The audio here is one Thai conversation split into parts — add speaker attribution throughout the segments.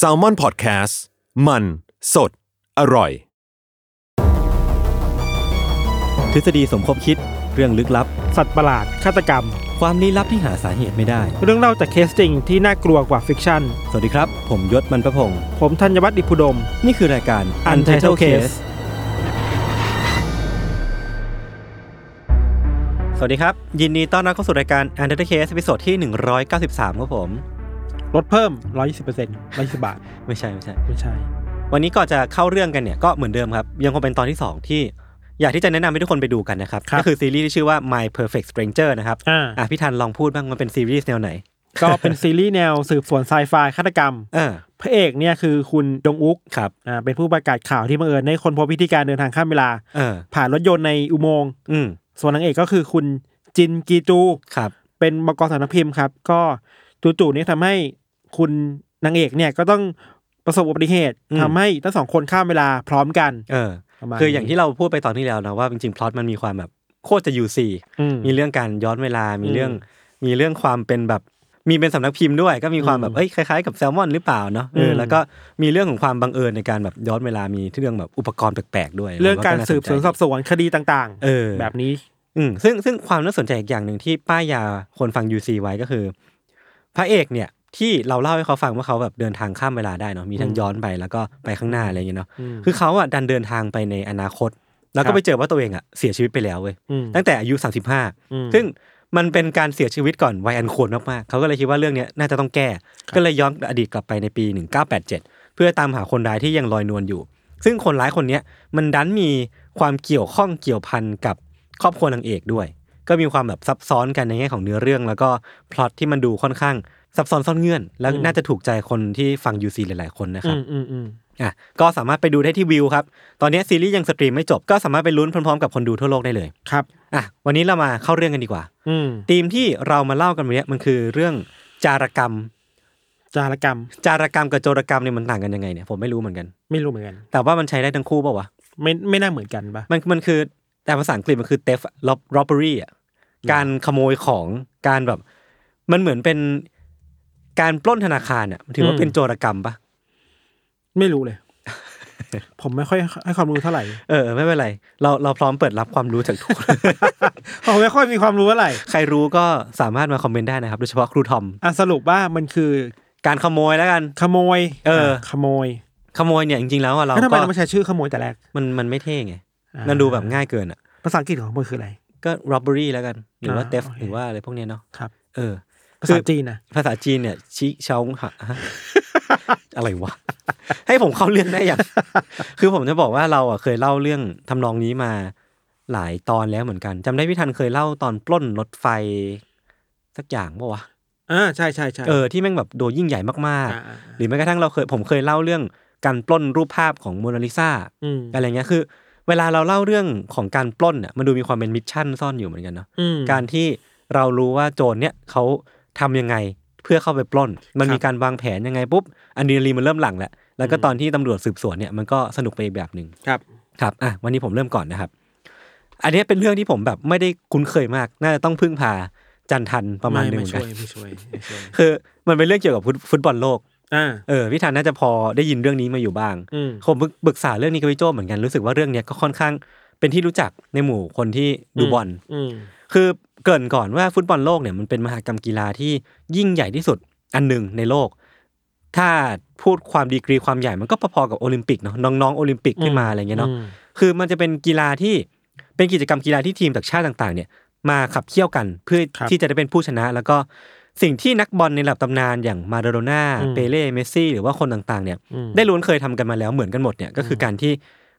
Speaker 1: s a l m o n PODCAST มันสดอร่อย
Speaker 2: ทฤษฎีสมคบคิดเรื่องลึกลับ
Speaker 3: สัตว์ประหลาด ฆาตกรรม
Speaker 2: ความลี้ลับที่หาสาเหตุไม่ได้
Speaker 3: เรื่องเล่าจากเคสจริงที่น่ากลัวกว่าฟิกชั่น
Speaker 2: สวัสดีครับ ผมยศมันประพงศ์
Speaker 3: ผมธัญวัฒน์อิพุดม
Speaker 2: นี่คือรายการ Untitled Case สวัสดีครับ ยินดีต้อนรับเข้าสู่รายการ Untitled Case ตอนที่ 193 ครับผม
Speaker 3: ลดเพิ่ม 120%เร้อยสิบบาท
Speaker 2: ไม่ใช่ ไม่ใช่
Speaker 3: ไม่ใช่
Speaker 2: วันนี้ก่อนจะเข้าเรื่องกันเนี่ยก็เหมือนเดิมครับ ยังคงเป็นตอนที่ 2 ที่อยากที่จะแนะนำให้ทุกคนไปดูกันนะครับ
Speaker 3: ครับ
Speaker 2: ก็คือซีรีส์ที่ชื่อว่า My Perfect Stranger นะครับ
Speaker 3: อ่า
Speaker 2: อ่ะพี่ทันลองพูดบ้างมันเป็นซีรีส์แนวไหน
Speaker 3: ก็เป็นซีรีส์แนวสืบสวนไซไฟฆาตกรรม
Speaker 2: เออ
Speaker 3: พระเอกเนี่ยคือคุณดงอุก
Speaker 2: ครับ
Speaker 3: อ่าเป็นผู้ประกาศข่าวที่บังเอิญได้คนพบวิธีการเดินทางข้ามเวลา
Speaker 2: เออ
Speaker 3: ผ่านรถยนต์ในอุโมงค์
Speaker 2: อืม
Speaker 3: ส่วนนางเอกก็คือคุณจินกีจู
Speaker 2: ครับ
Speaker 3: เป็นบกสารพิมพ์ครับ ก็จู่ๆเนี่ยทำให้คุณนางเอกเนี่ยก็ต้องประสบอุบัติเหตุทำให้ทั้งสองคนข้ามเวลาพร้อมกัน
Speaker 2: เออ
Speaker 3: ประมณ
Speaker 2: คืออย่างที่
Speaker 3: นี้
Speaker 2: เราพูดไปตอนที่แล้วนะว่าจริงๆพล็อตมันมีความแบบโคตรจะยูซี
Speaker 3: อืม
Speaker 2: มีเรื่องการย้อนเวลา มี
Speaker 3: อืม
Speaker 2: เรื่องมีเรื่องความเป็นแบบ มีเป็นสำนักพิมพ์ด้วย ก็มีความแบบ
Speaker 3: อืม
Speaker 2: เอ้ยคล้ายๆกับแซลมอนหรือเปล่าเนาะเอออ
Speaker 3: ม
Speaker 2: แล้วก็มีเรื่องของความบังเอิญในการแบบย้อนเวลามีเรื่องแบบอุปกรณ์แปลกๆด้วย
Speaker 3: เรื่องการ
Speaker 2: แล้
Speaker 3: สื
Speaker 2: ก็
Speaker 3: บสวนสอบสวนคดีต่าง
Speaker 2: เออ
Speaker 3: ๆ แบบนี้
Speaker 2: อืมซึ่งซึ่งความน่าสนใจอีกอย่างหนึ่งที่ป้ายยาคนฟังยูซีไว้ก็คือ พระเอกเนี่ยที่เราเล่าให้เขาฟังว่าเขาแบบเดินทางข้ามเวลาได้เนาะมีทั้ง
Speaker 3: อืม
Speaker 2: ย้อนไปแล้วก็ไปข้างหน้าอะไรอย่างเงี้ยเนาะ
Speaker 3: ม
Speaker 2: คือเขาอ่ะดันเดินทางไปในอนาคต แล้ว
Speaker 3: ครั
Speaker 2: ก็
Speaker 3: บ
Speaker 2: ไปเจอว่าตัวเองอ่ะเสียชีวิตไปแล้วเว้ย
Speaker 3: ม
Speaker 2: ตั้งแต่อายุ
Speaker 3: อืม
Speaker 2: 35 ซึ่งมันเป็นการเสียชีวิตก่อนวัยอันควรมากๆเขาก็เลยคิดว่าเรื่องเนี้ยน่าจะต้องแก้ ก็เลยย้อนอดีตกลับไปในปี 1987 เพื่อตามหาคนร้ายที่ยังลอยนวลอยู่ ซึ่งคนร้ายคนเนี้ยมันดันมีความเกี่ยวข้องเกี่ยวพันกับครอบครัวนางเอกด้วย ก็มีความแบบซับซ้อนกันในแง่ของเนื้อเรื่อง แล้วก็พล็อตที่มันดูค่อนข้างซับซ้อนซ่อนเงื่อน แล้ว
Speaker 3: อืม
Speaker 2: น่าจะถูกใจคนที่ฟัง UC หลายๆคนนะครับ
Speaker 3: อืมอืม
Speaker 2: อ่ะก็สามารถไปดูได้ที่วิวครับ ตอนนี้ซีรีส์ยังสตรีมไม่จบ ก็สามารถไปลุ้นพร้อมๆกับคนดูทั่วโลกได้เลย
Speaker 3: ครับ
Speaker 2: อ่ะวันนี้เรามาเข้าเรื่องกันดีกว่า
Speaker 3: อืม
Speaker 2: ธีมที่เรามาเล่ากันวันนี้มันคือเรื่องจารกรรม
Speaker 3: จารกรรม
Speaker 2: จารกรรมกับโจรกรรมเนี่ยมันต่างกันยังไงเนี่ยผมไม่รู้เหมือนกัน
Speaker 3: ไม่รู้เหมือนกัน
Speaker 2: แต่ว่ามันใช้ได้ทั้งคู่เปล่าวะ
Speaker 3: ไม่ไม่น่าเหมือนกันปะ
Speaker 2: มันมันคือแต่ภาษาอังกฤษมันคือ theft rob- robbery อ่ะการขโมยของการแบบ มันเหมือนเป็นการปล้นธนาคารอ่ะมันถือว่าเป็นโจรกรรมปะ
Speaker 3: ไม่รู้เลย ผมไม่ค่อยให้ความรู้เท่าไหร่
Speaker 2: เออไม่เป็นไรเราเราพร้อมเปิดรับความรู้จากทุกคน
Speaker 3: ผมไม่ค่อยมีความรู้เท่าไหร่
Speaker 2: ใครรู้ก็สามารถมาคอมเมนต์ได้นะครับ โดยเฉพาะครูทอม
Speaker 3: อ่ะสรุปว่ามันคือ
Speaker 2: การขโมยแล้วกัน
Speaker 3: ขโมย
Speaker 2: เออ
Speaker 3: ขโมย
Speaker 2: ขโมยเนี่ยจริงๆแล้วอะเรา
Speaker 3: แล้วทำไม
Speaker 2: ก็
Speaker 3: เราไม่ใช้ชื่อขโมยแต่แรก
Speaker 2: มันมันไม่เท่ไง
Speaker 3: อ่า
Speaker 2: มันดูแบบง่ายเกินอ่ะ
Speaker 3: ภาษาอังกฤษของมันคืออะไร
Speaker 2: ก็ robbery แล้วกัน หรือว่า
Speaker 3: อ่า
Speaker 2: theft
Speaker 3: โอเค
Speaker 2: หรือว่าอะไรพวกเนี้ยเนาะ
Speaker 3: ครับ
Speaker 2: เออ
Speaker 3: ภาษาจีนนะ
Speaker 2: ภาษาจีนเนี่ยชี้เชาหะฮะ อะไรวะ ให้ผมเข้าเรื่องได้อย่าง คือผมจะบอกว่าเราอ่ะเคยเล่าเรื่องทำนองนี้มาหลายตอนแล้วเหมือนกันจำได้พี่ทันเคยเล่าตอนปล้นรถไฟ สักอย่างปะวะ
Speaker 3: อ่าใช่ใช่ใช่
Speaker 2: เออที่แม่งแบบโดยิ่งใหญ่มากๆ
Speaker 3: อ่าอ่า
Speaker 2: หรือแม้กระทั่งเราเคยผมเคยเล่าเรื่องการปล้นรูปภาพของโมนาลิซา
Speaker 3: อืม
Speaker 2: อะไรเงี้ยคือ เวลาเราเล่าเรื่องของการปล้นอ่ะมันดูมีความเป็นมิชชั่นซ่อนอยู่เหมือนกันเนาะ
Speaker 3: อืม
Speaker 2: การที่เรารู้ว่าโจรเนี่ยเขาทำยังไงเพื่อเข้าไปปล้น มัน
Speaker 3: ครับ
Speaker 2: มีการวางแผนยังไงปุ๊บอันดีนาลีนมันเริ่มหลั่งแหละแล้วก็
Speaker 3: อืม
Speaker 2: ตอนที่ตำรวจสืบสวนเนี่ยมันก็สนุกไปอีกแบบหนึ่ง
Speaker 3: ครับ
Speaker 2: ครับอ่ะวันนี้ผมเริ่มก่อนนะครับ อันเนี้ยเป็นเรื่องที่ผมแบบไม่ได้คุ้นเคยมาก น่าจะต้องพึ่งพาจันทันประมาณหนึงเหมือน
Speaker 3: ไม่ช่
Speaker 2: กั
Speaker 3: วย
Speaker 2: น
Speaker 3: ไม่ช่วยไม่ช่วย
Speaker 2: คือมันเป็นเรื่องเกี่ยวกับฟุตฟุตบอลโลก
Speaker 3: อ่า
Speaker 2: เออพี่ธันน่าจะพอได้ยินเรื่องนี้มาอยู่บ้าง
Speaker 3: อืม
Speaker 2: ผมปรึกษาเรื่องนี้กับพี่โจเหมือนกันรู้สึกว่าเรื่องเนี้ยก็ค่อนข้างเป็นที่รู้จักในหมู่คนที่ดู
Speaker 3: อืม
Speaker 2: บอล
Speaker 3: อืม
Speaker 2: คือเกริ่นก่อนว่าฟุตบอลโลกเนี่ยมันเป็นมหากรรมกีฬาที่ยิ่งใหญ่ที่สุดอันหนึ่งในโลก ถ้าพูดความดีกรีความใหญ่มันก็พอๆกับโอลิมปิกเนาะน้องๆโอลิมปิกขึ้นมาอะไรเงี้ยเนาะ
Speaker 3: อืม
Speaker 2: คือมันจะเป็นกีฬาที่เป็นกิจกรรมกีฬาที่ทีมจากชาติต่างๆ เนี่ยมาขับเคี่ยวกันเพื่อที่จะได้เป็นผู้ชนะ แล้วก็สิ่งที่นักบอลในระดับตำนานอย่างมาโดโดน่าเปเล่เมสซี่หรือว่าคนต่างๆเนี่ย
Speaker 3: อืม
Speaker 2: ได้ล้วนเคยทำกันมาแล้วเหมือนกันหมดเนี่ยก็คือการที่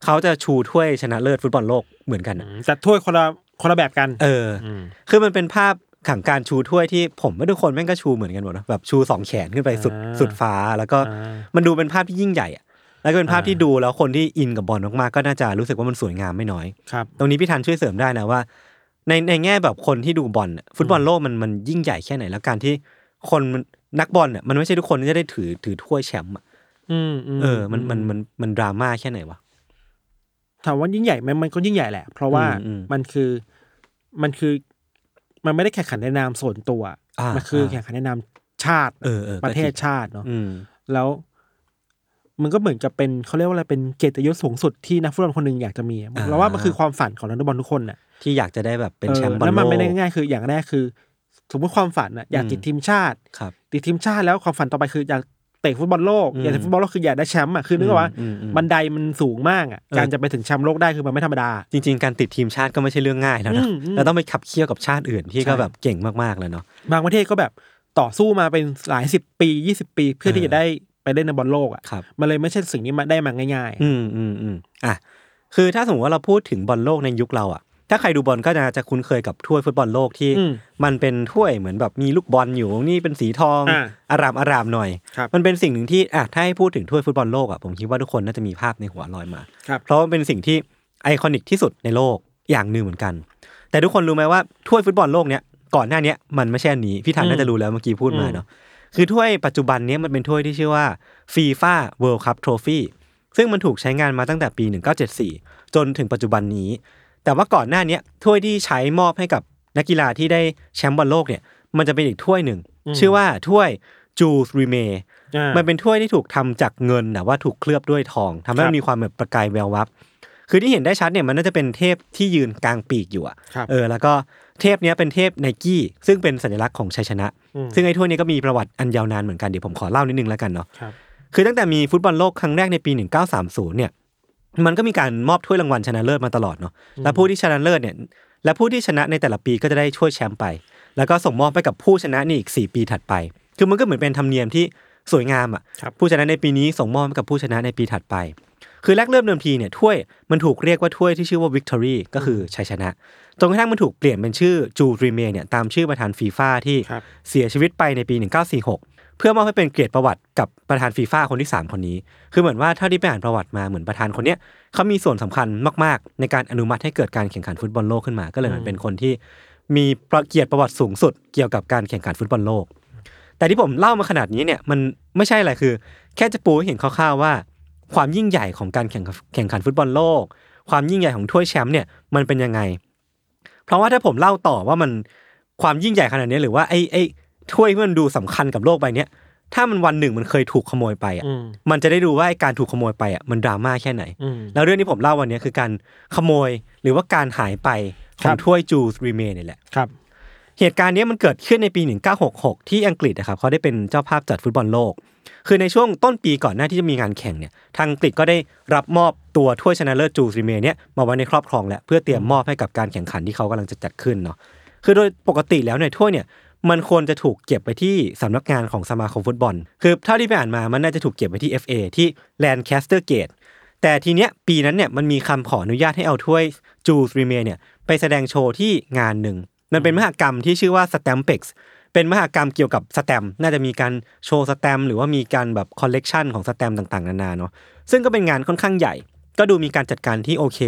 Speaker 2: เขาจะชูถ้วยชนะเลิศฟุตบอลโลกเหมือนกันอะ
Speaker 3: จัดถ้วยคนละคนละแบบกัน
Speaker 2: เอออ คือมันเป็นภาพ ขังการชูถ้วยที่ผมว่าทุกคนแม่งก็ชูเหมือนกันหมดนะแบบชูสองแขนขึ้นไปสุด
Speaker 3: อ่า
Speaker 2: สุดฟ้าแล้วก็
Speaker 3: อ่า
Speaker 2: มันดูเป็นภาพที่ยิ่งใหญ่อะแล้วก็เป็นภาพ
Speaker 3: อ่า
Speaker 2: ที่ดูแล้วคนที่อินกับบอลมากๆก็น่าจะรู้สึกว่ามันสวยงามไม่น้อย
Speaker 3: ครับ
Speaker 2: ตรงนี้พี่ธันช่วยเสริมได้นะว่า ในในแง่แบบคนที่ดูบอลน่ะฟุตบอลโลกมันมันยิ่งใหญ่แค่ไหนแล้วการที่คนมันนักบอลเนี่ยมันไม่ใช่ทุกคนที่จะได้ถือถือถ้วยแชมป์อะ
Speaker 3: อืม
Speaker 2: เออมันมันมันมันดราม่าแค่ไหนวะ
Speaker 3: ถามว่ายิ่งใหญ่ไหมมันก็ยิ่งใหญ่แหละ เพราะว่า
Speaker 2: อืมอืม
Speaker 3: มันคือมันคือมันไม่ได้แข่งขันในนามส่วนตัว
Speaker 2: อ่ามั
Speaker 3: มันคืออา แข่งขันในนามชาติ
Speaker 2: เออเออก็จริง
Speaker 3: ประเทศชาติเนาะ
Speaker 2: อืม
Speaker 3: แล้ว มันก็เหมือนกับเป็นเขาเรียกว่าอะไรเป็นเกียรติยศสูงสุดที่นักฟุตบอลคนหนึ่งอยากจะมีอะ
Speaker 2: อ่า
Speaker 3: เราว่ามันคือความฝันของนักฟุตบอลทุกคนน่ะ
Speaker 2: ที่อยากจะได้แบบเป็นแชมป์บอล
Speaker 3: แล้
Speaker 2: โลก
Speaker 3: วมันไม่ได้ง่ายคืออย่างแรกคือ สมมติความฝันน่ะอยากติดทีมชาติ
Speaker 2: ครับ
Speaker 3: ติดทีมชาติแล้วความฝันต่อไปคืออยากเตะฟุตบอลโลก
Speaker 2: อืม
Speaker 3: อยากเตะฟุตบอลโลกคืออยากได้แชมป์อ่ะคือนึกว่า
Speaker 2: อืมอืม
Speaker 3: บันไดมันสูงมากอ่ะ
Speaker 2: เออ
Speaker 3: การจะไปถึงแชมป์โลกได้คือมันไม่ธรรมดา
Speaker 2: จริง ๆ การติดทีมชาติก็ไม่ใช่เรื่องง่ายแล้วนะ
Speaker 3: อืมอืม
Speaker 2: แล้วต้องไปขับเคี่ยวกับชาติอื่นที่ก็
Speaker 3: ใช่
Speaker 2: แบบเก่งมากๆเลยเนาะ
Speaker 3: บางประเทศก็แบบต่อสู้มาเป็นหลายสิบปียี่สิบปีเพื่อที่
Speaker 2: เออ
Speaker 3: จะได้ไปเล่นในบอลโลกอ่ะ
Speaker 2: ครับ
Speaker 3: มันเลยไม่ใช่สิ่งนี้มาได้มาง่าย
Speaker 2: อืมอืมอืมอ่ะคือถ้าสมมติว่าเราพูดถึงบอลโลกในยุคเราอ่ะ ถ้าใครดูบอลก็น่าจะคุ้นเคยกับถ้วยฟุตบอลโลกที่
Speaker 3: อืม
Speaker 2: มันเป็นถ้วยเหมือนแบบมีลูกบอลอยู่นี่เป็นสีทอง
Speaker 3: อ่า
Speaker 2: ร่ามอารามหน่อย
Speaker 3: ครับ
Speaker 2: มันเป็นสิ่งหนึ่งที่อ่ะถ้าให้พูดถึงถ้วยฟุตบอลโลกอ่ะผมคิดว่าทุกคนน่าจะมีภาพในหัวลอยมา
Speaker 3: ครับ
Speaker 2: เพราะมันเป็นสิ่งที่ไอคอนิกที่สุดในโลกอย่างหนึ่งเหมือนกัน แต่ทุกคนรู้ไหมว่าถ้วยฟุตบอลโลกเนี้ยก่อนหน้าเนี้ยมันไม่ใช่อันนี้พี่ธันน่าจะรู้แล้วเมื่อกี้พูดมาเนาะคือถ้วยปัจจุบันเนี้ยมันเป็นถ้วยที่ชื่อว่าฟีฟ่าเวิลด์คัพทรฟีซึ่งมันถูกใช้งานมาตั้งแต่ปี 1974 จนถึงปัจจุบันนี้ แต่ว่าก่อนหน้าเนี้ยถ้วยที่ใช้มอบให้กับนักกีฬาที่ได้แชมป์บอลโลกเนี่ยมันจะเป็นอีกถ้วยหนึ่ง
Speaker 3: อืม
Speaker 2: ชื่อว่าถ้วยจูสรีเม
Speaker 3: ๆอ่า
Speaker 2: มันเป็นถ้วยที่ถูกทำจากเงินแต่ว่าถูกเคลือบด้วยทองทำให้
Speaker 3: ครั
Speaker 2: มั
Speaker 3: บ
Speaker 2: นมีความแบบประกายแวววับ คือที่เห็นได้ชัดเนี่ยมันน่าจะเป็นเทพที่ยืนกลางปีกอยู่อะ
Speaker 3: ครับ
Speaker 2: เออแล้วก็เทพเนี้ยเป็นเทพไนกี้ ซึ่งเป็นสัญลักษณ์ของชัยชนะ
Speaker 3: อืม
Speaker 2: ซึ่งไอ้ถ้วยนี้ก็มีประวัติอันยาวนานเหมือนกันเดี๋ยวผมขอเล่านิดนึงแล้วกันเนาะ
Speaker 3: ครับ
Speaker 2: คือตั้งแต่มีฟุตบอลโลกครั้งแรกในปี 1930 เนี่ย มันก็มีการมอบถ้วยรางวัลชนะเลิศมาตลอดเนาะ และผู้ที่ชนะเลิศเนี่ย และผู้ที่ชนะในแต่ละปีก็จะได้ช่วยแชมป์ไป แล้วก็ส่งมอบไปกับผู้ชนะนี่อีก 4 ปีถัดไป คือมันก็เหมือนเป็นธรรมเนียมที่สวยงามอ่ะ
Speaker 3: ครับ
Speaker 2: ผู้ชนะในปีนี้ส่งมอบให้กับผู้ชนะในปีถัดไป คือแรกเริ่มเดิมทีเนี่ยถ้วยมันถูกเรียกว่าถ้วยที่ชื่อว่า Victory ก็คือชัยชนะ จนกระทั่งมันถูกเปลี่ยนเป็นชื่อจูดรีเมเนี่ยตามชื่อประธานฟีฟ่าที่
Speaker 3: ครับ
Speaker 2: เสียชีวิตไปในปี 1946 เพื่อมอบให้เป็นเกียรติประวัติกับประธานฟีฟ่าคนที่ 3 คนนี้ คือเหมือนว่าเท่าที่ไปอ่านประวัติมาเหมือนประธานคนเนี้ยเขามีส่วนสำคัญมาก ๆ ในการอนุมัติให้เกิดการแข่งขันฟุตบอลโลกขึ้นมา ก็เลยเหมือนเป็นคนที่มีประเกียรติประวัติสูงสุดเกี่ยวกับการแข่งขันฟุตบอลโลก แต่ที่ผมเล่ามาขนาดนี้เนี่ยมันไม่ใช่อะไรคือ แค่จะปูให้เห็นคร่าวๆว่า ความยิ่งใหญ่ของการแข่งขันแข่งขันฟุตบอลโลก ความยิ่งใหญ่ของถ้วยแชมป์เนี่ยมันเป็นยังไง เพราะว่าถ้าผมเล่าต่อว่ามันความยิ่งใหญ่ขนาดนี้หรือว่าไอ้ไอ้ถ้วยที่มันดูสำคัญกับโลกใบเนี้ยถ้ามันวันหนึ่งมันเคยถูกขโมยไปอ่ะ
Speaker 3: อืม
Speaker 2: มันจะได้ดูว่าไอ้การถูกขโมยไปอ่ะมันดราม่าแค่ไหน
Speaker 3: อืม
Speaker 2: แล้วเรื่องที่ผมเล่าวันเนี้ยคือการขโมยหรือว่าการหายไปข
Speaker 3: ครั
Speaker 2: อง
Speaker 3: บ
Speaker 2: ถ้วยจูสรีเมนนี่แหละ
Speaker 3: ครับ
Speaker 2: เหตุการณ์เนี้ยมันเกิดขึ้นในปี 1966 ที่อังกฤษนะครับเขาได้เป็นเจ้าภาพจัดฟุตบอลโลก คือในช่วงต้นปีก่อนหน้าที่จะมีงานแข่งเนี่ย ทางอังกฤษก็ได้รับมอบตัวถ้วยชนะเลิศจูสรีเมย์เนี่ยมาไว้ในครอบครองแล้วเพื่อเตรียมมอบให้กับการแข่งขันที่เขากำลังจะจัดขึ้นเนาะ คือโดยปกติแล้วเนี่ยถ้วยเนี่ยมันควรจะถูกเก็บไปที่สำนักงานของสมาคมฟุตบอล คือเท่าที่ไปอ่านมามันน่าจะถูกเก็บไปที่ FA ที่ Lancaster Gate แต่ทีเนี้ยปีนั้นเนี่ยมันมีคำขออนุญาตให้เอาถ้วยจูสรีเมเนี่ยไปแสดงโชว์ที่งานหนึ่ง มันเป็นมหกรรมที่ชื่อว่าสแตมเพ็กซ์เป็นมหกรรมเกี่ยวกับสแตมป์น่าจะมีการโชว์สแตมป์หรือว่ามีการแบบคอลเลกชันของสแตมป์ต่างๆ นานาเนาะซึ่งก็เป็นงานค่อนข้างใหญ่ ก็ดูมีการจัดการที่โอเค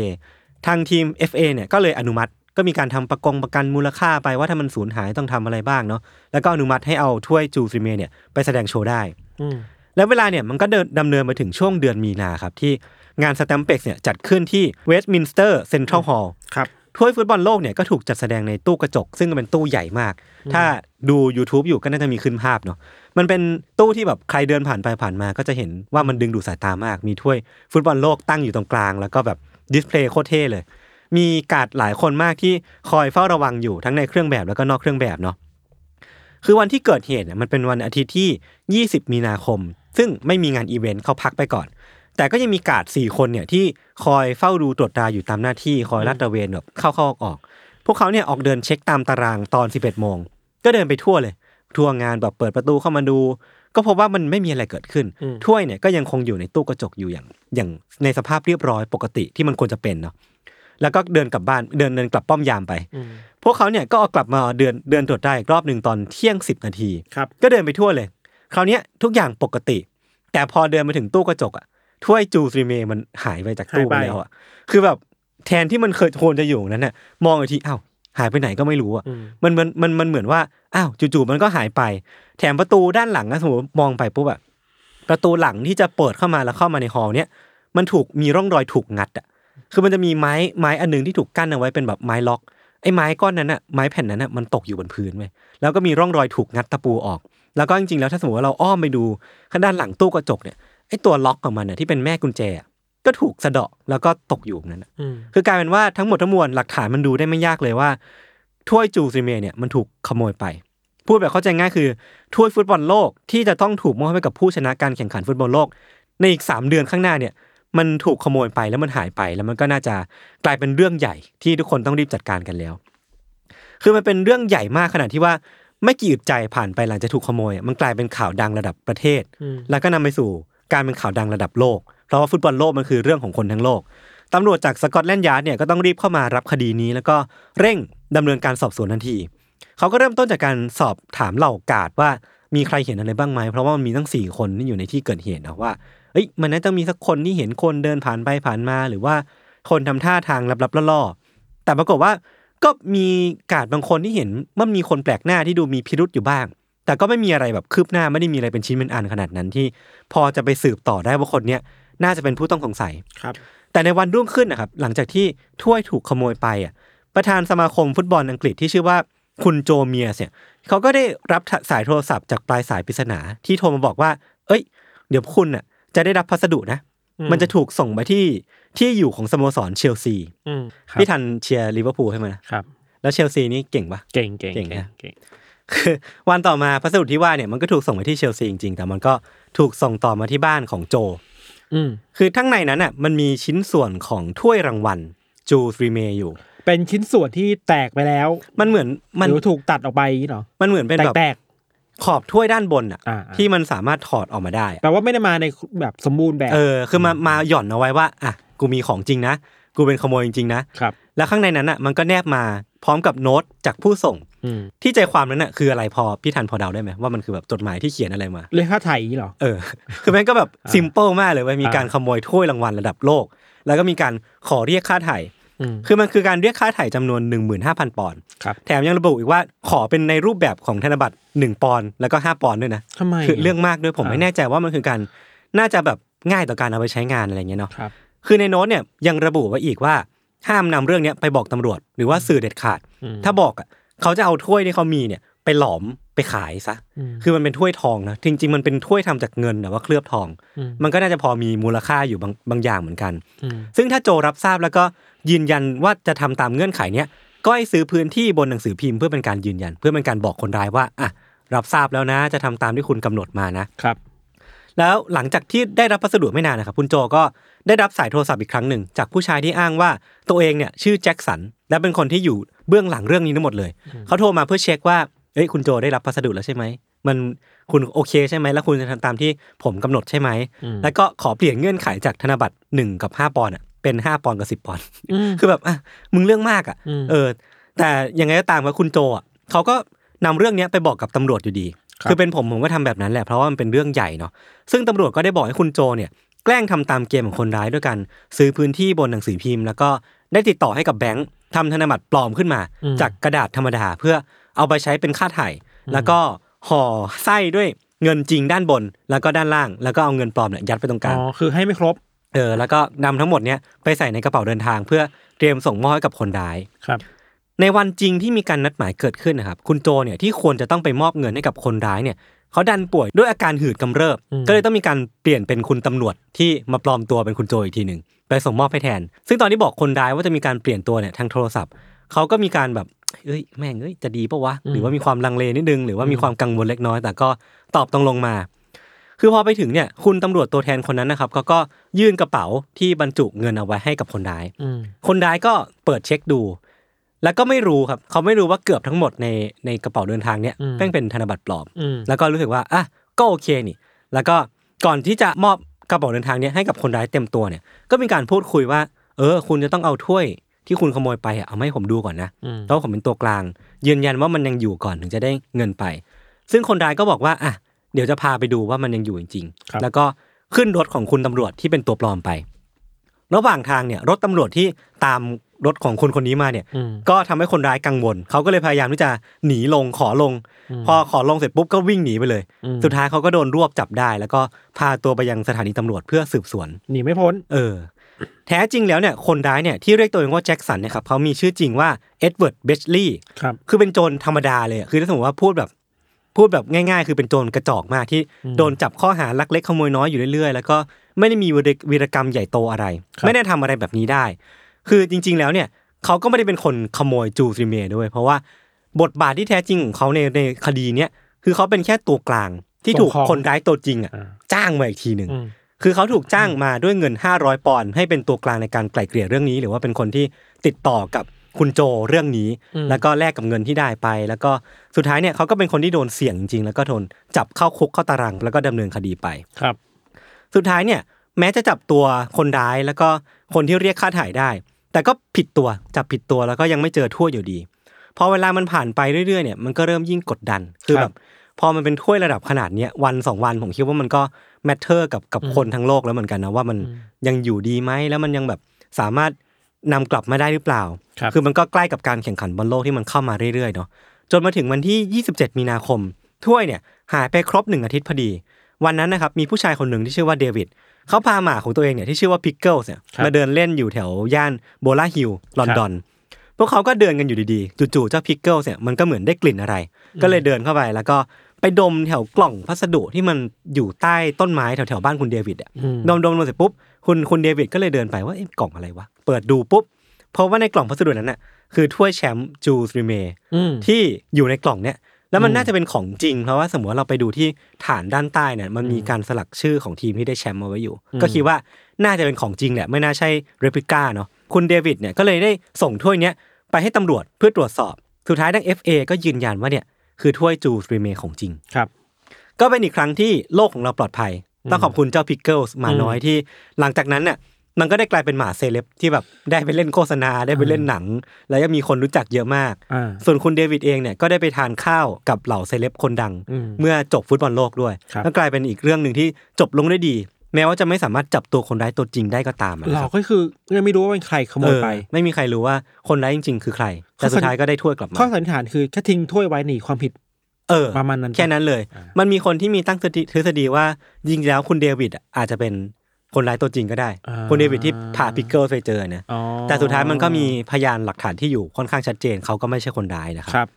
Speaker 2: ทางทีม FA เนี่ยก็เลยอนุมัติก็มีการทำประกงประกันมูลค่าไปว่าถ้ามันสูญหายต้องทำอะไรบ้างเนาะแล้วก็อนุมัติให้เอาถ้วยจูซริเมเนี่ยไปแสดงโชว์ได้
Speaker 3: อืม
Speaker 2: แล้วเวลาเนี่ยมันก็เดินดำเนินมาถึงช่วงเดือนมีนาครับ ที่งานสแตมเพ็กเนี่ยจัดขึ้นที่เวสต์มินสเตอร์เซ็นทรัลฮอลล์
Speaker 3: ครับ
Speaker 2: ถ้วยฟุตบอลโลกเนี่ยก็ถูกจัดแสดงในตู้กระจก ซึ่งเป็นตู้ใหญ่มาก ถ้าดู YouTube อยู่ก็น่าจะมีขึ้นภาพเนาะมันเป็นตู้ที่แบบใครเดินผ่านไปผ่านมาก็จะเห็นว่ามันดึงดูดสายตามาก มีถ้วยฟุตบอลโลกตั้งอยู่ตรงกลาง แล้วก็แบบดิสเพลย์โคตรเท่เลย มีการ์ดหลายคนมากที่คอยเฝ้าระวังอยู่ทั้งในเครื่องแบบแล้วก็นอกเครื่องแบบเนาะ คือวันที่เกิดเหตุเนี่ยมันเป็นวันอาทิตย์ที่ 20 มีนาคม ซึ่งไม่มีงานอีเวนต์เขาพักไปก่อน แต่ก็ยังมีการ์ดสี่คนเนี่ยที่คอยเฝ้าดูตรวจตราอยู่ตามหน้าที่คอยลาดตระเวนแบบเข้าเข้าออกออก พวกเขาเนี่ยออกเดินเช็คตามตารางตอน 11 โมง ก็เดินไปทั่วเลย ทั่วงานแบบเปิดประตูเข้ามาดู ก็พบว่ามันไม่มีอะไรเกิดขึ้น
Speaker 3: อืม
Speaker 2: ถ้วยเนี่ยก็ยังคงอยู่ในตู้กระจกอยู่อย่าง อย่างในสภาพเรียบร้อยปกติที่มันควรจะเป็นเนาะ แล้วก็เดินกลับบ้านเดินเดินกลับป้อมยามไป
Speaker 3: อืม
Speaker 2: พวกเขาเนี่ยก็เอากลับมาเดินเดินตรวจได้อีกรอบหนึ่งตอนเที่ยงสิบนาที
Speaker 3: ครับ
Speaker 2: ก็เดินไปทั่วเลย คราวเนี้ยทุกอย่างปกติ แต่พอเดินมาถึงตู้กระจกอะถ้วยจูซรีเมมันหายไปจากตู้ไปแล้วอะคือแบบแทนที่มันเคยควรจะอยู่นั้นน่ะมองอีกทีอ้าวหายไปไหนก็ไม่รู้อะ
Speaker 3: อืม
Speaker 2: มันมันมันมันเหมือนว่าอ้าวจู่ๆมันก็หายไป แถมประตูด้านหลังนะสมมติมองไปปุ๊บอะประตูหลังที่จะเปิดเข้ามาแล้วเข้ามาในฮอลล์เนี้ยมันถูกมีร่องรอยถูกงัดอะคือมันจะมีไม้ไม้อันหนึงที่ถูกกั้นเอาไว้เป็นแบบไม้ล็อกไอ้ไม้ก้อนนั้นอะไม้แผ่นนั้นอะมันตกอยู่บนพื้นไว้ยแล้วก็มีร่องรอยถูกงัดตะปูออก แล้วก็จริงๆแล้วถ้าสมมติว่าเราอ้อมไปดูข้างด้านหลังตู้กระจกเนี่ยไอ้ตัวล็อกของมันเนี่ยที่เป็นแม่กุญแจอะก็ถูกสะเดาะแล้วก็ตกอยู่แบบนั้นอะ
Speaker 3: อืม
Speaker 2: คือกลายเป็นว่าทั้งหมดทั้งมวลหลักฐานมันดูได้ไม่ยากเลยว่า ถ้วยจูซิเมเนี่ยมันถูกขโมยไป พูดแบบเข้าใจง่ายคือถ้วยฟุตบอลโลกที่จะต้องถูกมอบให้กับผู้ชนะการแข่งขันฟุตบอลโลก ในอีกสามเดือนข้างหน้าเนี่ย มันถูกขโมยไปแล้วมันหายไปแล้วมันก็น่าจะกลายเป็นเรื่องใหญ่ที่ทุกคนต้องรีบจัดการกันแล้ว คือมันเป็นเรื่องใหญ่มากขนาดที่ว่าไม่กี่อึดใจผ่านไปหลังจากถูกขโมยอ่ะมันกลายเป็นข่าวดังระดับประเทศ
Speaker 3: อืม
Speaker 2: แล้วก็นำไปสู่การเป็นข่าวดังระดับโลก เพราะว่าฟุตบอลโลกมันคือเรื่องของคนทั้งโลกตำรวจจากสกอตแลนด์ยาร์ดเนี่ยก็ต้องรีบเข้ามารับคดีนี้ แล้วก็เร่งดำเนินการสอบสวนทันที เขาก็เริ่มต้นจากการสอบถามเหล่ากาดว่ามีใครเห็นอะไรบ้างไหมเพราะว่ามันมีตั้งสี่คนที่อยู่ในที่เกิดเหตุนะว่าเอ้ยมันน่าจะมีสักคนที่เห็นคนเดินผ่านไปผ่านมาหรือว่าคนทำท่าทางลับๆล่อๆแต่ปรากฏว่าก็มีกาดบางคนที่เห็นว่ามีคนแปลกหน้าที่ดูมีพิรุษอยู่บ้าง แต่ก็ไม่มีอะไรแบบคืบหน้าไม่ได้มีอะไรเป็นชิ้นเป็นอันขนาดนั้นที่ พอจะไปสืบต่อได้ว่าคนเนี้ยน่าจะเป็นผู้ต้องสงสัย
Speaker 3: ครับ
Speaker 2: แต่ในวันรุ่งขึ้นนะครับหลังจากที่ถ้วยถูกขโมยไปอ่ะประธานสมาคมฟุตบอลอังกฤษที่ชื่อว่าคุณโจเมียสเนี่ยเขาก็ได้รับสายโทรศัพท์จากปลายสายปริศนาที่โทรมาบอกว่า เอ้ย เดี๋ยวคุณอ่ะจะได้รับพัสดุนะ
Speaker 3: อื
Speaker 2: มันจะถูกส่งไปที่ที่อยู่ของสโมสรเชลซี
Speaker 3: อืมครับ
Speaker 2: พี่ทันเชียร์ลิเวอร์พูลใช่ไหมนะครับ แล้วเชลซีนี่เก่งปะ
Speaker 3: เก่งเก่ง
Speaker 2: เก่งนะ
Speaker 3: เก่ง
Speaker 2: คือ วันต่อมาพัสดุที่ว่าเนี่ยมันก็ถูกส่งไปที่เชลซีจริงๆ แต่มันก็ถูกส่งต่อมาที่บ้านของโจ
Speaker 3: อืม
Speaker 2: คือทั้างในนั้นอ่ะมันมีชิ้นส่วนของถ้วยรางวัลจูสรีเมอยู่
Speaker 3: เป็นชิ้นส่วนที่แตกไปแล้ว
Speaker 2: มันเหมือนมัน
Speaker 3: หรือถูกตัดออกไปอย่างนี้เหรอ
Speaker 2: มันเหมือนเป็น
Speaker 3: แต
Speaker 2: แบ
Speaker 3: ก
Speaker 2: บ
Speaker 3: แตก
Speaker 2: ขอบถ้วยด้านบนอ่ะ
Speaker 3: อ่าๆ
Speaker 2: ที่มันสามารถถอดออกมาได้
Speaker 3: แป
Speaker 2: อะ
Speaker 3: ลว่าไม่ได้มาในแบบสมบูรณ์แบบ
Speaker 2: เออคือมามาหย่อนเอาไว้ว่าอ่ะกูมีของจริงนะ กูเป็นขโมยจริงๆนะ
Speaker 3: ครับ
Speaker 2: แล้วข้างในนั้นอ่ะมันก็แนบมาพร้อมกับโน้ตจากผู้ส่ง
Speaker 3: อืม
Speaker 2: ที่ใจความนั้นอ่ะคืออะไรพอพี่ทันพอเดาได้ไหมว่ามันคือแบบจดหมายที่เขียนอะไรมา
Speaker 3: เลยค่าไทยอย่างนี้เหรอ
Speaker 2: เอ อ คือมันก็แบบซิมเปิลมากเลยเว้ยมี
Speaker 3: อ่า
Speaker 2: การขโมยถ้วยรางวัลระดับโลก แล้วก็มีการขอเรียกค่าไถ่
Speaker 3: อืม
Speaker 2: คือมันคือการเรียกค่าไถ่จำนวน 15,000 ปอนด์
Speaker 3: ครับ
Speaker 2: แถมยังระบุอีกว่าขอเป็นในรูปแบบของธนบัตร 1 ปอนด์แล้วก็ 5 ปอนด์ด้วยนะ
Speaker 3: ทำไม
Speaker 2: คือเรื่องมากด้วยผมไม่แน่ใจว่ามันคือการน่าจะแบบง่ายต่อการเอาไปใช้งานอะไรอย่างเงี้ยเนาะ
Speaker 3: ครับ
Speaker 2: คือในโน้ตเนี่ยยังระบุไว้อีกว่าห้ามนำเรื่องเนี้ยไปบอกตำรวจ หรือว่าสื่อเด็ดขาด
Speaker 3: อืม
Speaker 2: ถ้าบอกอ่ะเขาจะเอาถ้วยที่เขามีเนี่ยไปหลอมไปขายซะ คือมันเป็นถ้วยทองนะจริงๆมันเป็นถ้วยทำจากเงินแต่ว่าเคลือบทอง
Speaker 3: อืม
Speaker 2: มันก็น่าจะพอมีมูลค่าอยู่บางบางอย่างเหมือนกัน
Speaker 3: ม
Speaker 2: ซึ่งถ้าโจรับทราบแล้วก็ยืนยันว่าจะทำตามเงื่อนไขเนี้ยก็ให้ซื้อพื้นที่บนหนังสือพิมพ์เพื่อเป็นการยืนยัน เพื่อเป็นการบอกคนร้ายว่าอ่ะรับทราบแล้วนะ จะทำตามที่คุณกำหนดมานะ
Speaker 3: ครับ
Speaker 2: แล้วหลังจากที่ได้รับพัสดุไม่นานนะครับคุณโจก็ได้รับสายโทรศัพท์อีกครั้งหนึ่ง จากผู้ชายที่อ้างว่าตัวเองเนี่ยชื่อแจ็คสันและเป็นคนที่อยู่เบื้องหลังเรื่องนี้ทั้งหมดเลย เขาโทรมาเพื่อเช็คว่าเอ้ยคุณโจได้รับพัสดุแล้วใช่ไหมมันคุณโอเคใช่ไหมแล้วคุณจะทำตามที่ผมกำหนดใช่ไหม
Speaker 3: อืม
Speaker 2: แล้วก็ขอเปลี่ยนเงื่อนไขจากธนบัตร1กับ5ปอนด์อะเป็น5ปอนด์กับ10ปอนด์
Speaker 3: อืม
Speaker 2: คือแบบอ่ะมึงเรื่องมากอ่ะ
Speaker 3: อืม
Speaker 2: เออ แต่ยังไงก็ตามว่าคุณโจอ่ะเขาก็นำเรื่องเนี้ยไปบอกกับตำรวจอยู่ดี คือเป็นผมผมก็ทำแบบนั้นแหละเพราะว่ามันเป็นเรื่องใหญ่เนาะซึ่งตำรวจก็ได้บอกให้คุณโจเนี่ยแกล้งทำตามเกมของคนร้ายด้วยกันซื้อพื้นที่บนหนังสือพิมพ์ แล้วก็ได้ติดต่อให้กับแบงค์ทำธนบัตรปลอมขึ้นมา
Speaker 3: อืม
Speaker 2: จากกระดาษธรรมดาเพื่อเอาไปใช้เป็นค่าถ่าย แล้วก็ห่อไส้ด้วยเงินจริงด้านบน แล้วก็ด้านล่าง แล้วก็เอาเงินปลอมเนี่ยยัดไปตรงก
Speaker 3: อ๋
Speaker 2: ลาง
Speaker 3: อคือให้ไม่ครบ
Speaker 2: เออแล้วก็นำทั้งหมดเนี้ยไปใส่ในกระเป๋าเดินทางเพื่อเตรียมส่งมอบให้กับคนร้าย
Speaker 3: ครับ
Speaker 2: ในวันจริงที่มีการนัดหมายเกิดขึ้นนะครับคุณโจเนี่ยที่ควรจะต้องไปมอบเงินให้กับคนร้ายเนี่ยเขาดันป่วยด้วยอาการหืดกำเริบ
Speaker 3: อืม
Speaker 2: ก็เลยต้องมีการเปลี่ยนเป็นคุณตำรวจที่มาปลอมตัวเป็นคุณโจอีกทีหนึ่งไปส่งมอบให้แทน ซึ่งตอนที่บอกคนร้ายว่าจะมีการเปลี่ยนตัวเนี่ยทางโทรศัพท์เขาก็มีการแบบเอ้ยแม่งเอ้ยจะดีปะวะหรือว่ามีความลังเลนิดนึงหรือว่ามีความกังวลเล็กน้อย แต่ก็ตอบตรงลงมา คือพอไปถึงเนี่ยคุณตำรวจตัวแทนคนนั้นนะครับเขาก็ยื่นกระเป๋าที่บรรจุเงินเอาไว้ให้กับคนร้าย
Speaker 3: อืม
Speaker 2: คนร้ายก็เปิดเช็คดู แล้วก็ไม่รู้ครับ เขาไม่รู้ว่าเกือบทั้งหมดในในกระเป๋าเดินทางเนี่ยแม่งเป็นธนบัตรปลอม
Speaker 3: อืม
Speaker 2: แล้วก็รู้สึกว่าอ่ะก็โอเคนี่ แล้วก็ก่อนที่จะมอบกระเป๋าเดินทางเนี่ยให้กับคนร้ายเต็มตัวเนี่ย ก็มีการพูดคุยว่า เออ คุณจะต้องเอาถ้วย ที่คุณขโมยไปอะเอามาให้ผมดูก่อนนะ
Speaker 3: อืม
Speaker 2: แล้วผมเป็นตัวกลาง ยืนยันว่ามันยังอยู่ก่อนถึงจะได้เงินไป ซึ่งคนร้ายก็บอกว่าอ่ะเดี๋ยวจะพาไปดูว่ามันยังอยู่จริง
Speaker 3: ครับ
Speaker 2: ๆแล้วก็ขึ้นรถของคุณตำรวจที่เป็นตัวปลอมไป ระหว่างทางเนี่ย รถตำรวจที่ตามรถของคนคนนี้มาเนี่ย
Speaker 3: อืม
Speaker 2: ก็ทำให้คนร้ายกังวล เขาก็เลยพยายามที่จะหนีลงขอลง พอขอลงเสร็จปุ๊บก็วิ่งหนีไปเลย
Speaker 3: อืม
Speaker 2: สุดท้ายเขาก็โดนรวบจับได้ แล้วก็พาตัวไปยังสถานีตำรวจเพื่อสืบสวน
Speaker 3: หนีไม่พ้น
Speaker 2: เออ แท้จริงแล้วเนี่ย คนร้ายเนี่ยที่เรียกตัวเองว่าแจ็คสันเนี่ยครับเขามีชื่อจริงว่าเอ็ดเวิร์ดเบชลีย์
Speaker 3: ครับ
Speaker 2: คือเป็นโจรธรรมดาเลยอะคือถ้าสมมติว่าพูดแบบ พูดแบบง่ายๆ คือเป็นโจรกระจอกมากที่โดนจับข้อหาลักเล็กขโมยน้อยอยู่เรื่อยๆ แล้วก็ไม่ได้มีวีรวีรกรรมใหญ่โตอะไร
Speaker 3: ครับ
Speaker 2: ไม่ได้ทำอะไรแบบนี้ได้ คือจริง ๆ แล้วเนี่ยเขาก็ไม่ได้เป็นคนขโมยจูซริเมย์ด้วย เพราะว่าบทบาทที่แท้จริงของเขาในในคดีเนี่ยคือเขาเป็นแค่ตัวกลางที่ถูกคนร้ายตัวจริงอ่ะจ้างมาอีกทีหนึ่ง
Speaker 3: อืม
Speaker 2: คือเขาถูกจ้างมาด้วยเงิน 500 ปอนด์ให้เป็นตัวกลางในการไกล่เกลี่ยเรื่องนี้ หรือว่าเป็นคนที่ติดต่อกับคุณโจเรื่องนี้
Speaker 3: อืม
Speaker 2: แล้วก็แลกกับเงินที่ได้ไป แล้วก็สุดท้ายเนี่ยเขาก็เป็นคนที่โดนเสี่ยงจริงๆแล้วก็โดนจับเข้าคุกเข้าตาราง แล้วก็ดำเนินคดีไป
Speaker 3: ครับ
Speaker 2: สุดท้ายเนี่ยแม้จะจับตัวคนร้ายแล้วก็คนที่เรียกค่าถ่ายได้ แต่ก็ผิดตัวจับผิดตัวแล้วก็ยังไม่เจอถ้วยอยู่ดี พอเวลามันผ่านไปเรื่อยๆเนี่ยมันก็เริ่มยิ่งกดดันคือ
Speaker 3: ครับ
Speaker 2: แบบพอมันเป็นถ้วยระดับขนาดเนี้ยวันสองวันผมคิดว่ามันก็แมทเทอร์กับกับคนทั้งโลกแล้วเหมือนกันนะว่ามันยังอยู่ดีไหมแล้วมันยังแบบสามารถนำกลับมาได้หรือเปล่า
Speaker 3: ครับ
Speaker 2: คือมันก็ใกล้กับการแข่งขันบอลโลกที่มันเข้ามาเรื่อยๆเนาะจนมาถึงวันที่ 27 มีนาคม ถ้วยเนี่ยหายไปครบหนึ่งอาทิตย์พอดี วันนั้นนะครับมีผู้ชายคนหนึ่งที่ชื่อว่าเดวิดเขาพาหมาของตัวเองเนี่ยที่ชื่อว่าพิกเกิลเนี่ย
Speaker 3: ครับ
Speaker 2: มาเดินเล่นอยู่แถวย่านโบลาฮิลลอนดอน พวกเขาก็เดินกันอยู่ดีๆ จู่ๆเจ้าพิกเกิลเนี่ยมันก็เหมือนได้กลิ่นอะไร ก็เลยเดินเข้าไปแล้วก็ไปดมแถวกล่องพัสดุที่มันอยู่ใต้ต้นไม้แถวๆบ้านคุณเดวิดอะ
Speaker 3: อืม
Speaker 2: ดมดมดมเสร็จปุ๊บคุณคุณเดวิดก็เลยเดินไปว่าเอ๊ะกล่องอะไรวะ เปิดดูปุ๊บเพราะว่าในกล่องพัสดุนั้นน่ะคือถ้วยแชมป์จูสรีเม
Speaker 3: อืม
Speaker 2: ที่อยู่ในกล่องเนี้ยแล้วมัน
Speaker 3: อืม
Speaker 2: น่าจะเป็นของจริง เพราะว่าสมมติว่าเราไปดูที่ฐานด้านใต้เนี่ยมันมีการสลักชื่อของทีมที่ได้แชมป์มาไว้อยู่ ก็คิดว่าน่าจะเป็นของจริงแหละไม่น่าใช่เรปลิก้าเนาะคุณเดวิดเนี่ยก็เลยได้ส่งถ้วยเนี้ยไปให้ตำรวจเพื่อตรวจสอบสุดท้ายทาง FA ก็ยืนยันว่าเนี่ยคือถ้วยจูสรีเมของจริง
Speaker 3: ครับ
Speaker 2: ก็เป็นอีกครั้งที่โลกของเราปลอดภัย ต้องขอบคุณเจ้าพิกเกิลส์หมาน้อยที่ หลังจากนั้นน่ะมันก็ได้กลายเป็นหมาเซเลบที่แบบได้ไปเล่นโฆษณาได้ไปเล่นหนัง แล้วยังมีคนรู้จักเยอะมาก
Speaker 3: อ่า
Speaker 2: ส่วนคุณเดวิดเองเนี่ยก็ได้ไปทานข้าวกับเหล่าเซเลบคนดัง
Speaker 3: อืม
Speaker 2: เมื่อจบฟุตบอลโลกด้วย
Speaker 3: ครับ
Speaker 2: ก็กลายเป็นอีกเรื่องหนึ่งที่จบลงด้วยดี แม้ว่าจะไม่สามารถจับตัวคนร้ายตัวจริงได้ก็ตามอะนะ
Speaker 3: เรา
Speaker 2: ครับ
Speaker 3: ก็คือยังไม่รู้ว่าเป็นใครขโมยไป
Speaker 2: เออไม่มีใครรู้ว่าคนร้ายจริง ๆ คือใครแต่สุดท้ายก็ได้ถ้วยกลับมา
Speaker 3: ข้อสันนิษฐานคือแค่ทิ้งถ้วยไว้หนีความผิด
Speaker 2: เออ
Speaker 3: ประมาณนั้น
Speaker 2: แค่นั้นเลย
Speaker 3: อ่ามั
Speaker 2: มันมีคนที่มีตั้งทฤษฎีทฤษฎีว่าจริงๆแล้วคุณเดวิดอ่ะอาจจะเป็นคนร้ายตัวจริงก็ได้
Speaker 3: อ่า
Speaker 2: คุณเดวิดที่ผ่าพิกเกิลไปเจอนะ
Speaker 3: อ๋อ
Speaker 2: แต่สุดท้ายมันก็มีพยานหลักฐานที่อยู่ค่อนข้างชัดเจนเขาก็ไม่ใช่คนร้ายนะค
Speaker 3: ครั
Speaker 2: รับ
Speaker 3: บ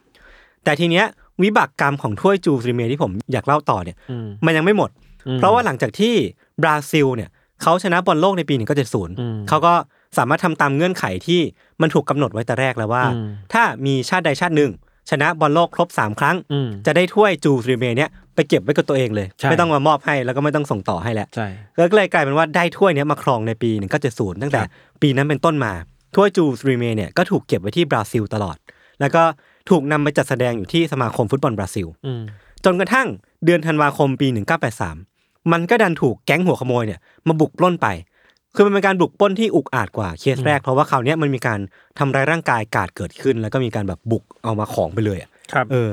Speaker 2: แต่ทีเนี้ยวิบากกรรมของถ้วยจูสริเมที่ผมอยากเล่าต่อเนี่ย
Speaker 3: อืม
Speaker 2: มันยังไม่หมด
Speaker 3: อืม
Speaker 2: เพราะว่าหลังจากที่บราซิลเนี่ยเขาชนะบอลโลกในปี
Speaker 3: อืม
Speaker 2: 1970 เขาก็สามารถทำตามเงื่อนไขที่มันถูกกำหนดไว้แต่แรกแล้วว่า
Speaker 3: อืม
Speaker 2: ถ้ามีชาติใดชาติหนึ่ง ชนะบอลโลกครบ 3 ครั้ง
Speaker 3: อืม
Speaker 2: จะได้ถ้วยจูริเมเนี่ยไปเก็บไว้กับตัวเองเลย
Speaker 3: ใช่
Speaker 2: ไม่ต้องมามอบให้แล้วก็ไม่ต้องส่งต่อให้แล้ว
Speaker 3: ใช่
Speaker 2: ก็เลยกลายเป็นว่าได้ถ้วยเนี้ยมาครองในปี 1970 ตั้งแต่
Speaker 3: ครับ
Speaker 2: ปีนั้นเป็นต้นมา ถ้วยจูริเมเนี่ยก็ถูกเก็บไว้ที่บราซิลตลอด แล้วก็ถูกนำไปจัดแสดงอยู่ที่สมาคมฟุตบอลบราซิล
Speaker 3: อืม
Speaker 2: จนกระทั่งเดือนธันวาคมปี 1983 มันก็ดันถูกแก๊งหัวขโมยเนี่ยมาบุกปล้นไป คือมันเป็นการบุกปล้นที่อุกอาจกว่าเคสแรก เพราะว่าคราวเนี้ยมันมีการทำร้ายร่างกายกาดเกิดขึ้น แล้วก็มีการแบบบุกเอามาของไปเลยอะ
Speaker 3: ครับ
Speaker 2: เออ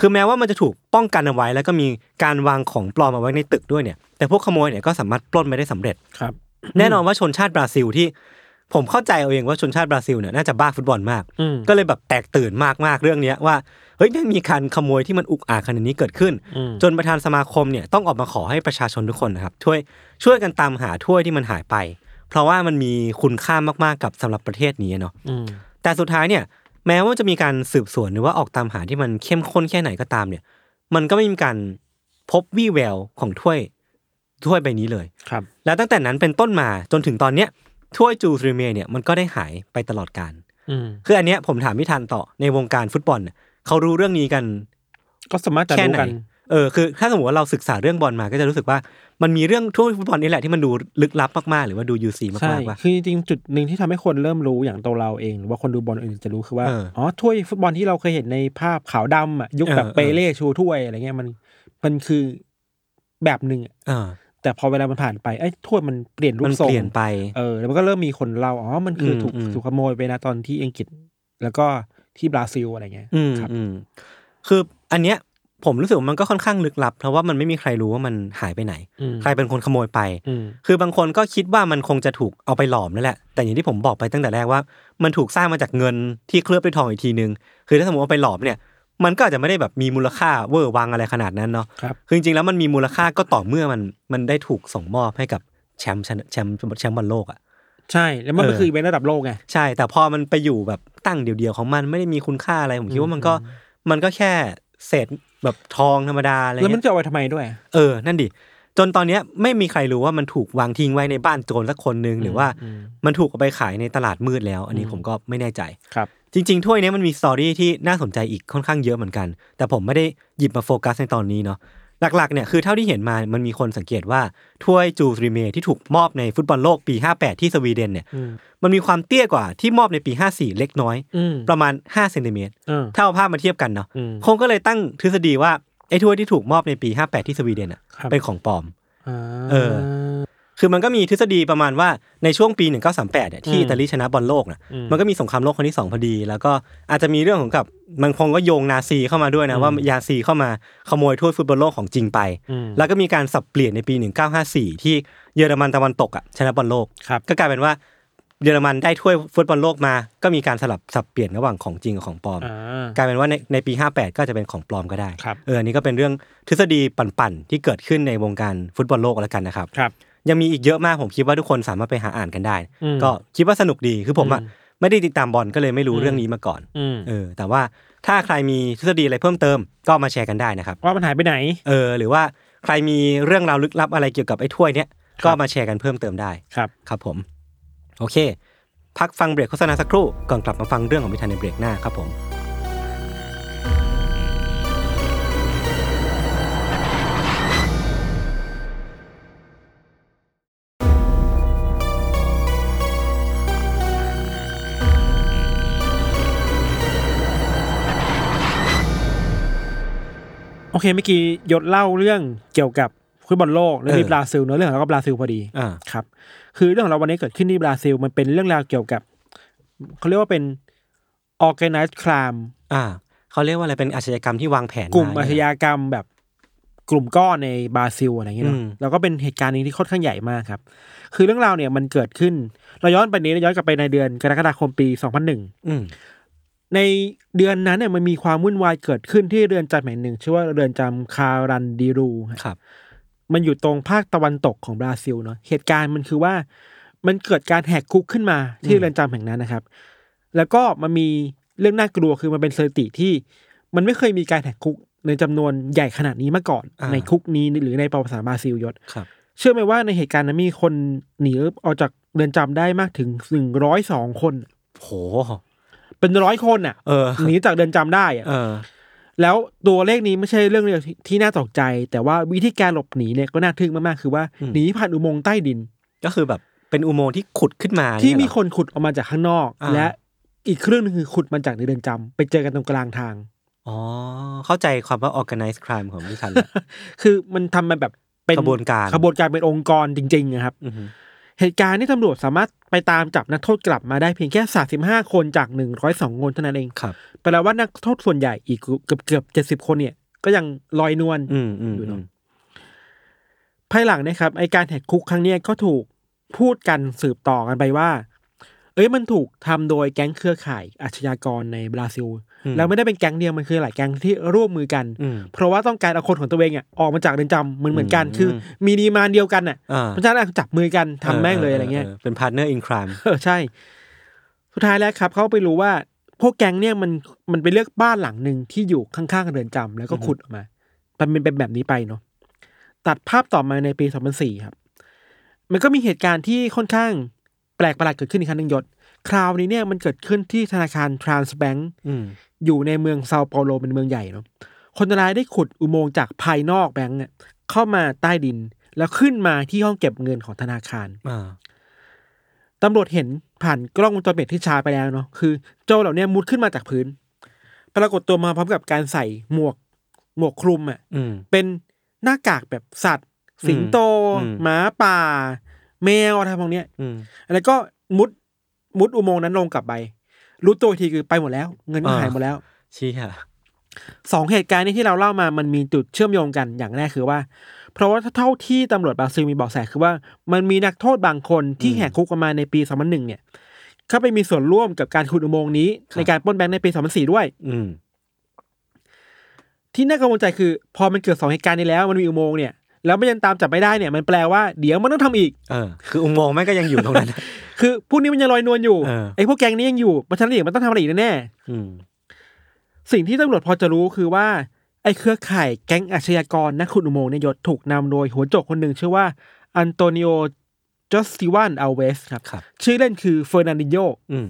Speaker 2: คือแม้ว่ามันจะถูกป้องกันเอาไว้ แล้วก็มีการวางของปลอมเอาไว้ในตึกด้วยเนี่ย แต่พวกขโมยเนี่ยก็สามารถปล้นไปได้สำเร็จ
Speaker 3: ครับ
Speaker 2: แน่นอนว่าชนชาติบราซิลที่ ผมเข้าใจเอาเองว่าชนชาติบราซิลเนี่ยน่าจะบ้าฟุตบอลมาก
Speaker 3: อืม
Speaker 2: ก็เลยแบบแตกตื่นมากๆเรื่องเนี้ยว่าเฮ้ยไม่มีการขโมยที่มันอุกอาจขนาดนี้เกิดขึ้น
Speaker 3: อืม
Speaker 2: จนประธานสมาคมเนี่ยต้องออกมาขอให้ประชาชนทุกคนนะครับช่วยช่วยกันตามหาถ้วยที่มันหายไป เพราะว่ามันมีคุณค่ามากๆกับสำหรับประเทศนี้เนาะ
Speaker 3: อืม
Speaker 2: แต่สุดท้ายเนี่ยแม้ว่าจะมีการสืบสวนหรือว่าออกตามหาที่มันเข้มข้นแค่ไหนก็ตามเนี่ย มันก็ไม่มีการพบวี่แววของถ้วยถ้วยใบนี้เลย
Speaker 3: ครับ
Speaker 2: แล้วตั้งแต่นั้นเป็นต้นมาจนถึงตอนเนี้ยถ้วยจูซริเมเนี่ยมันก็ได้หายไปตลอดการ
Speaker 3: อืม
Speaker 2: คืออันเนี้ยผมถามพี่ทันต่อในวงการฟุตบอลเนี่ยเขารู้เรื่องนี้กัน
Speaker 3: ก็สามารถจะ
Speaker 2: แค่
Speaker 3: รู้
Speaker 2: ไหน
Speaker 3: กัน
Speaker 2: เออคือถ้าสมมติว่าเราศึกษาเรื่องบอลมาก็จะรู้สึกว่า มันมีเรื่องถ้วยฟุตบอลนี่แหละที่มันดูลึกลับมากๆ หรือว่าดูยูซีมา
Speaker 3: ใช่
Speaker 2: กๆว่า
Speaker 3: คือจริงๆจุดหนึ่งที่ทำให้คนเริ่มรู้อย่างตัวเราเอง หรือว่าคนดูบอลอื่นจะรู้คือว่า
Speaker 2: เอออ๋
Speaker 3: อ๋อ ถ้วยฟุตบอลที่เราเคยเห็นในภาพขาวดำอ่ะ ยุคแบบ
Speaker 2: เออเออ
Speaker 3: เปเล่ชูถ้วยอะไรเงี้ยมัน มันคือแบบหนึ่งอะ
Speaker 2: เออ
Speaker 3: แต่พอเวลามันผ่านไปไอ้ถ้วยมันเปลี่ยนรู
Speaker 2: มัน
Speaker 3: ปทรง
Speaker 2: เปลี่ยนไป
Speaker 3: เออแล้วมันก็เริ่มมีคนเล่าอ๋อมันคืออ
Speaker 2: ม
Speaker 3: ถูก
Speaker 2: อืม
Speaker 3: ถูกขโมยไปนะตอนที่อังกฤษ แล้วก็ที่บราซิลอะไรเงี้ย
Speaker 2: อืม
Speaker 3: ครับ
Speaker 2: อืมคืออันเนี้ยผมรู้สึกว่ามันก็ค่อนข้างลึกลับ เพราะว่ามันไม่มีใครรู้ว่ามันหายไปไหน
Speaker 3: อืม
Speaker 2: ใครเป็นคนขโมยไป
Speaker 3: อืม
Speaker 2: คือบางคนก็คิดว่ามันคงจะถูกเอาไปหลอมนั่นแหละ แต่อย่างที่ผมบอกไปตั้งแต่แรกว่า มันถูกสร้างมาจากเงินที่เคลือบด้วยทองอีกทีนึง คือถ้าสมมติเอาไปหลอมเนี่ย มันก็อาจจะไม่ได้แบบมีมูลค่าเวอร์วังอะไรขนาดนั้นเนาะ
Speaker 3: ครับ
Speaker 2: คือจริงๆแล้วมันมีมูลค่าก็ต่อเมื่อมันมันได้ถูกส่งมอบให้กับแชมป์ชนะแชมป์แชมป์บอลโลกอะ
Speaker 3: ใช่แล้วมัน
Speaker 2: เออ
Speaker 3: ก็คืออีเวนต์ระดับโลกไง
Speaker 2: ใช่ แต่พอมันไปอยู่แบบตั้งเดียวๆของมันไม่ได้มีคุณค่าอะไร ผมคิดว่ามันก็มันก็แค่เศษแบบทองธรรมดาอะไร
Speaker 3: แล้วมั
Speaker 2: เงี้ย
Speaker 3: นจะเอาไว้ทำไมด้วยอะ
Speaker 2: เออ นั่นดิ จนตอนเนี้ยไม่มีใครรู้ว่ามันถูกวางทิ้งไว้ในบ้านโจรสักคนหนึ่งหรือว่า
Speaker 3: ม
Speaker 2: มันถูกเอาไปขายในตลาดมืดแล้ว อันนี้
Speaker 3: อืม
Speaker 2: ผมก็ไม่แน่ใจ
Speaker 3: ครับ
Speaker 2: จริงๆถ้วยเนี้ยมันมีสตอรี่ที่น่าสนใจอีกค่อนข้างเยอะเหมือนกัน แต่ผมไม่ได้หยิบมาโฟกัสในตอนนี้เนาะหลักๆเนี่ยคือเท่าที่เห็นมามันมีคนสังเกตว่าถ้วยจูสรีเมที่ถูกมอบในฟุตบอลโลกปี 58 ที่สวีเดนเนี่ย
Speaker 3: อืม
Speaker 2: มันมีความเตี้ยกว่าที่มอบในปี 54 เล็กน้อย
Speaker 3: อืม
Speaker 2: ประมาณ5เซนติเมตร
Speaker 3: เออ
Speaker 2: ถ้าเอาภาพมาเทียบกันเนาะ
Speaker 3: อืม
Speaker 2: คงก็เลยตั้งทฤษฎีว่าไอ้ถ้วยที่ถูกมอบในปี 58 ที่สวีเดนอ่ะ
Speaker 3: ครับ
Speaker 2: เป็นของปลอม
Speaker 3: า
Speaker 2: เออ คือมันก็มีทฤษฎีประมาณว่าในช่วงปี 1938เนี่ยที่
Speaker 3: อืม
Speaker 2: อิตาลีชนะบอลโลกนะ
Speaker 3: อืม
Speaker 2: มันก็มีสงครามโลกครั้งที่สองพอดี แล้วก็อาจจะมีเรื่องของกับมันคงก็โยงนาซีเข้ามาด้วยนะ
Speaker 3: อืม
Speaker 2: ว่ายาซีเข้ามาขโมยถ้วยฟุตบอลโลกของจริงไป
Speaker 3: อืม
Speaker 2: แล้วก็มีการสับเปลี่ยนในปี 1954 ที่เยอรมันตะวันตกอ่ะชนะบอลโลก
Speaker 3: ครับ
Speaker 2: ก็กลายเป็นว่าเยอรมันได้ถ้วยฟุตบอลโลกมา ก็มีการสลับสับเปลี่ยนระหว่างของจริงกับของปลอม
Speaker 3: อ่า
Speaker 2: กลายเป็นว่าในในปี 58 ก็อาจจะเป็นของปลอมก็ได้
Speaker 3: ครับ
Speaker 2: เอออันนี้ก็เป็นเรื่องทฤษฎีปั่นๆที่เกิดขึ้นในวงการฟุตบอลโลกแล้วกันนะครับ
Speaker 3: ครับ
Speaker 2: ยังมีอีกเยอะมากผมคิดว่าทุกคนสามารถไปหาอ่านกันได้
Speaker 3: อืม
Speaker 2: ก็คิดว่าสนุกดีคือผมอ่ะ
Speaker 3: อืม
Speaker 2: ไม่ได้ติดตามบอลก็เลยไม่รู้เรื่องนี้มาก่อน
Speaker 3: อืม
Speaker 2: เออแต่ว่าถ้าใครมีทฤษฎีอะไรเพิ่มเติมก็มาแชร์กันได้นะครับ
Speaker 3: ว่ามันหายไปไหน
Speaker 2: เออหรือว่าใครมีเรื่องราวลึกลับอะไรเกี่ยวกับไอ้ถ้วยเนี้ยก็มาแชร์กันเพิ่มเติมได้
Speaker 3: ครับ
Speaker 2: ครับผม โอเค พักฟังเบรกโฆษณาสักครู่ก่อนกลับมาฟังเรื่องของมิทันในเบรกหน้าครับผม
Speaker 3: โอเคเมื่อกี้ยศเล่าเรื่องเกี่ยวกับฟุตบอลโลกและ
Speaker 2: เออ
Speaker 3: ที่บราซิลเนอะเรื่องของเราก็บราซิลพอดี
Speaker 2: อ่า
Speaker 3: ครับ คือเรื่องของเราวันนี้เกิดขึ้นที่บราซิลมันเป็นเรื่องราวเกี่ยวกับเขาเรียกว่าเป็น organized crime
Speaker 2: อ่าเขาเรียกว่าอะไรเป็นอาชญากรรมที่วางแผน
Speaker 3: กลุ่ม
Speaker 2: เนี่ย
Speaker 3: อาชญากรรมแบบกลุ่มก้อนในบราซิลอะไรอย่างเงี้ย
Speaker 2: อื
Speaker 3: เนาะ
Speaker 2: ม
Speaker 3: แล้วก็เป็นเหตุการณ์หนึงที่ค่อนข้างใหญ่มากครับ คือเรื่องราวเนี่ยมันเกิดขึ้นเราย้อนไปนี้ย้อนกลับไปในเดือนกรกฎาคมปี
Speaker 2: อ
Speaker 3: 2001
Speaker 2: ืม
Speaker 3: ในเดือนนั้นเนี่ยมันมีความวุ่นวายเกิดขึ้นที่เรือนจำแห่งหนึ่งชื่อว่าเรือนจำคารันดิรูฮะ
Speaker 2: ครับ
Speaker 3: มันอยู่ตรงภาคตะวันตกของบราซิลเนาะเหตุการณ์มันคือว่า มันเกิดการแหกคุกขึ้นมาที่เรือนจำแห่งนั้นนะครับ แล้วก็มันมีเรื่องน่ากลัวคือมันเป็นสถิติที่ มันไม่เคยมีการแหกคุกในจำนวนใหญ่ขนาดนี้มาก่อน ในคุกนี้หรือในประวัติศาสตร์บราซิลยศ
Speaker 2: ครับ
Speaker 3: เชื่อไหมว่าในเหตุการณ์นั้นมีคนหนีออกจากเรือนจำได้มากถึงหนึ่งร้อยสองคน
Speaker 2: โห
Speaker 3: เป็นร้อยคนอ่ะ
Speaker 2: เออ
Speaker 3: หนีจากเรือนจำได้อะ
Speaker 2: เออ
Speaker 3: แล้วตัวเลขนี้ไม่ใช่เรื่องเดียวที่ที่น่าตกใจ แต่ว่าวิธีการหลบหนีเนี่ยก็น่าทึ่งมาก ๆ คือว่า
Speaker 2: อืม
Speaker 3: หนีผ่านอุโมงค์ใต้ดิน
Speaker 2: ก็คือแบบเป็นอุโมงค์ที่ขุดขึ้นมา
Speaker 3: ที่มี
Speaker 2: เยเหรอ
Speaker 3: คนขุดออกมาจากข้างนอก
Speaker 2: อ่า
Speaker 3: และอีกเครื่องหนึงคือขุดมาจากในเรือนจำไปเจอกันตรงกลางทาง
Speaker 2: อ๋อ เข้าใจความว่า organized crime ของพี่ทันแล้ว
Speaker 3: คือมันทำมันแบบเป็น
Speaker 2: ขบวนการ
Speaker 3: ขบวนการเป็นองค์กรจริง ๆ นะครับ
Speaker 2: อือหือ
Speaker 3: เหตุการณ์ที่ตำรวจสามารถไปตามจับนักโทษกลับมาได้เพียงแค่ 35 คนจาก 102 คนเท่านั้นเอง
Speaker 2: ครับ
Speaker 3: แปลว่านักโทษส่วนใหญ่อีกเกือบเกือบเจ็ดสิบคนเนี่ย ก็ยังลอยนวล
Speaker 2: อืมอืม
Speaker 3: อยู่เน
Speaker 2: อื
Speaker 3: อะ
Speaker 2: ม
Speaker 3: ภายหลังเนะครับไอการแหกคุกครั้งเนี้ยก็ถูกพูดกันสืบต่อกันไปว่า เอ้ยมันถูกทำโดยแก๊งเครือข่ายอาชญากรในบราซิล แล้วไม่ได้เป็นแก๊งเดียวมันคือหลายแก๊งที่ร่วมมือกัน
Speaker 2: อืม
Speaker 3: เพราะว่าต้องการเอาคนของตัวเองอ่ะออกมาจากเรือนจำเหมือนเหมือนกันคือ มีดีมานเดียวกันอ่ะ
Speaker 2: อ่า
Speaker 3: เพราะฉะนั้นอ่ะจับมือกันทำแม่งเลยอะไรเงี้ย
Speaker 2: เป็น partner in crime
Speaker 3: เอ อใช่ สุดท้ายแล้วครับ เขาไปรู้ว่า พวกแก๊งเนี่ยมันมันไปเลือกบ้านหลังหนึ่งที่อยู่ข้างๆเรือนจำแล้วก็ขุดออกมา มันเป็นเป็นแบบนี้ไปเนาะตัดภาพต่อมาในปี 2004 ครับ มันก็มีเหตุการณ์ที่ค่อนข้างแปลกประหลาดเกิดขึ้นอีกครั้งหนึ่งยศ คราวนี้เนี่ยมันเกิดขึ้นที่ธนาคารทรานส์แบง
Speaker 2: อืม
Speaker 3: อยู่ในเมืองเซาเปาโลเป็นเมืองใหญ่เนาะ คนร้ายได้ขุดอุโมงค์จากภายนอกแบงก์อะเข้ามาใต้ดิน แล้วขึ้นมาที่ห้องเก็บเงินของธนาคาร
Speaker 2: อ่า
Speaker 3: ตำรวจเห็นผ่านกล้องวงจรปิดที่ชาไปแล้วเนาะคือโจรเหล่าเนี้ยมุดขึ้นมาจากพื้น ปรากฏตัวมาพร้อมกับการใส่หมวกหมวกคลุมอะ่ะ
Speaker 2: อืม
Speaker 3: เป็นหน้ากากแบบสัตว์ สิงโต
Speaker 2: อืม
Speaker 3: หมาป่า แมวอะไรพวกเนี้ย
Speaker 2: อืม
Speaker 3: แล้วก็มุดมุดอุโมงค์นั้นลงกลับไป รู้ตัวอีกทีคือไปหมดแล้ว เงินก็
Speaker 2: อ่า
Speaker 3: หายหมดแล้ว
Speaker 2: เชี้ค่ะ
Speaker 3: สองเหตุการณ์นี้ที่เราเล่ามามันมีจุดเชื่อมโยงกันอย่างแรกคือว่า เพราะว่าเท่าที่ตำรวจบราซิลมีเบอกแสคือว่า มันมีนักโทษบางคนที่
Speaker 2: อืม
Speaker 3: แหกคุกออกมาในปี 2001 เนี่ย เข้าไปมีส่วนร่วมกับการขุดอุโมงค์นี้
Speaker 2: ครับ
Speaker 3: ในการปล้นแบงค์ในปี 2004 ด้วย
Speaker 2: อืม
Speaker 3: ที่น่ากังวลใจคือ พอมันเกิดสองเหตุการณ์นี้แล้วมันมีอุโมงค์เนี่ยแล้วไม่ยังตามจับไม่ได้เนี่ย มันแปลว่าเดี๋ยวมันต้องทำอีก
Speaker 2: เออ คืออุโมงค์แม่งก็ยังอยู่ตรงนั้น
Speaker 3: คือพวกนี้มันยังลอยนวลอยู่
Speaker 2: เออ
Speaker 3: ไอ้พวกแก๊งนี้ยังอยู่เพราะฉะนันเดี๋ยวมันต้องทำ อะไรอีกแน่ๆ
Speaker 2: อืม
Speaker 3: สิ่งที่ตำรวจพอจะรู้คือว่าไอ้เครือข่ายแก๊งอาชญากรนักขุดอุโมงค์เนี่ยยศถูกนำโดยหัวโจกคนหนึ่งชื่อว่าอันโตนิโอจอสติวันอัลเวสครับ
Speaker 2: ครับ
Speaker 3: ชื่อเล่นคือเฟอร์นันดิโย
Speaker 2: อืม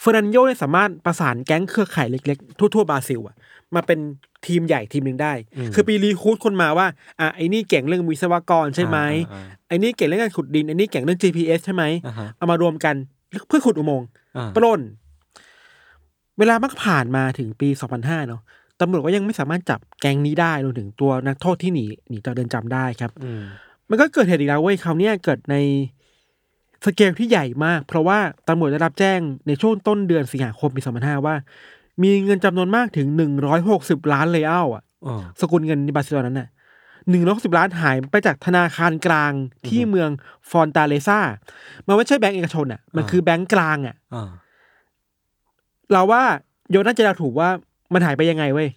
Speaker 3: เฟอร์นันดิโยเนี่ยสามารถประสานแก๊งเครือข่ายเล็กๆ ทั่วๆบราซิลอะมาเป็นทีมใหญ่ทีมหนึ่งได้
Speaker 2: อืม
Speaker 3: คือปีรีครูดคนมาว่าอ่ะไอ้นี่เก่งเรื่องวิศวกรใช่ไหม
Speaker 2: อ่า
Speaker 3: ไอ้นี่เก่งเรื่องการขุดดินไอ้นี่เก่งเรื่อง GPS ใช่ไหม
Speaker 2: อ่าอ่าฮะ
Speaker 3: เอามารวมกันเพื่อขุดอุโมงค์
Speaker 2: อ่า
Speaker 3: ปล้น เวลามันก็ผ่านมาถึงปี 2005 เนาะตำรวจก็ยังไม่สามารถจับแก๊งนี้ได้รวมถึงตัวนักโทษที่หนีหนีจากเรือนจำได้ครับ
Speaker 2: อืม
Speaker 3: มันก็เกิดเหตุอีกแล้วเว้ยคราวเนี้ยเกิดในสเกลที่ใหญ่มาก เพราะว่าตำรวจได้รับแจ้งในช่วงต้นเดือนสิงหาคมปี 2005 ว่า มีเงินจำนวนมากถึง 160 ล้านเลยอ้าอ่ะ
Speaker 2: อ๋อ
Speaker 3: สกุลเงินในบราซิลนั้นน่ะหนึ่งร้อยสิบล้านหายไปจากธนาคารกลางที่เมืองฟอนตาเลซ่า มันไม่ใช่แบงก์เอกชนอ่ะ มัน
Speaker 2: อ่า
Speaker 3: คือแบงก์กลางอ่ะ
Speaker 2: อ่า
Speaker 3: เราว่าโยนน่าจะเดาถูกว่ามันหายไปยังไงเว้ย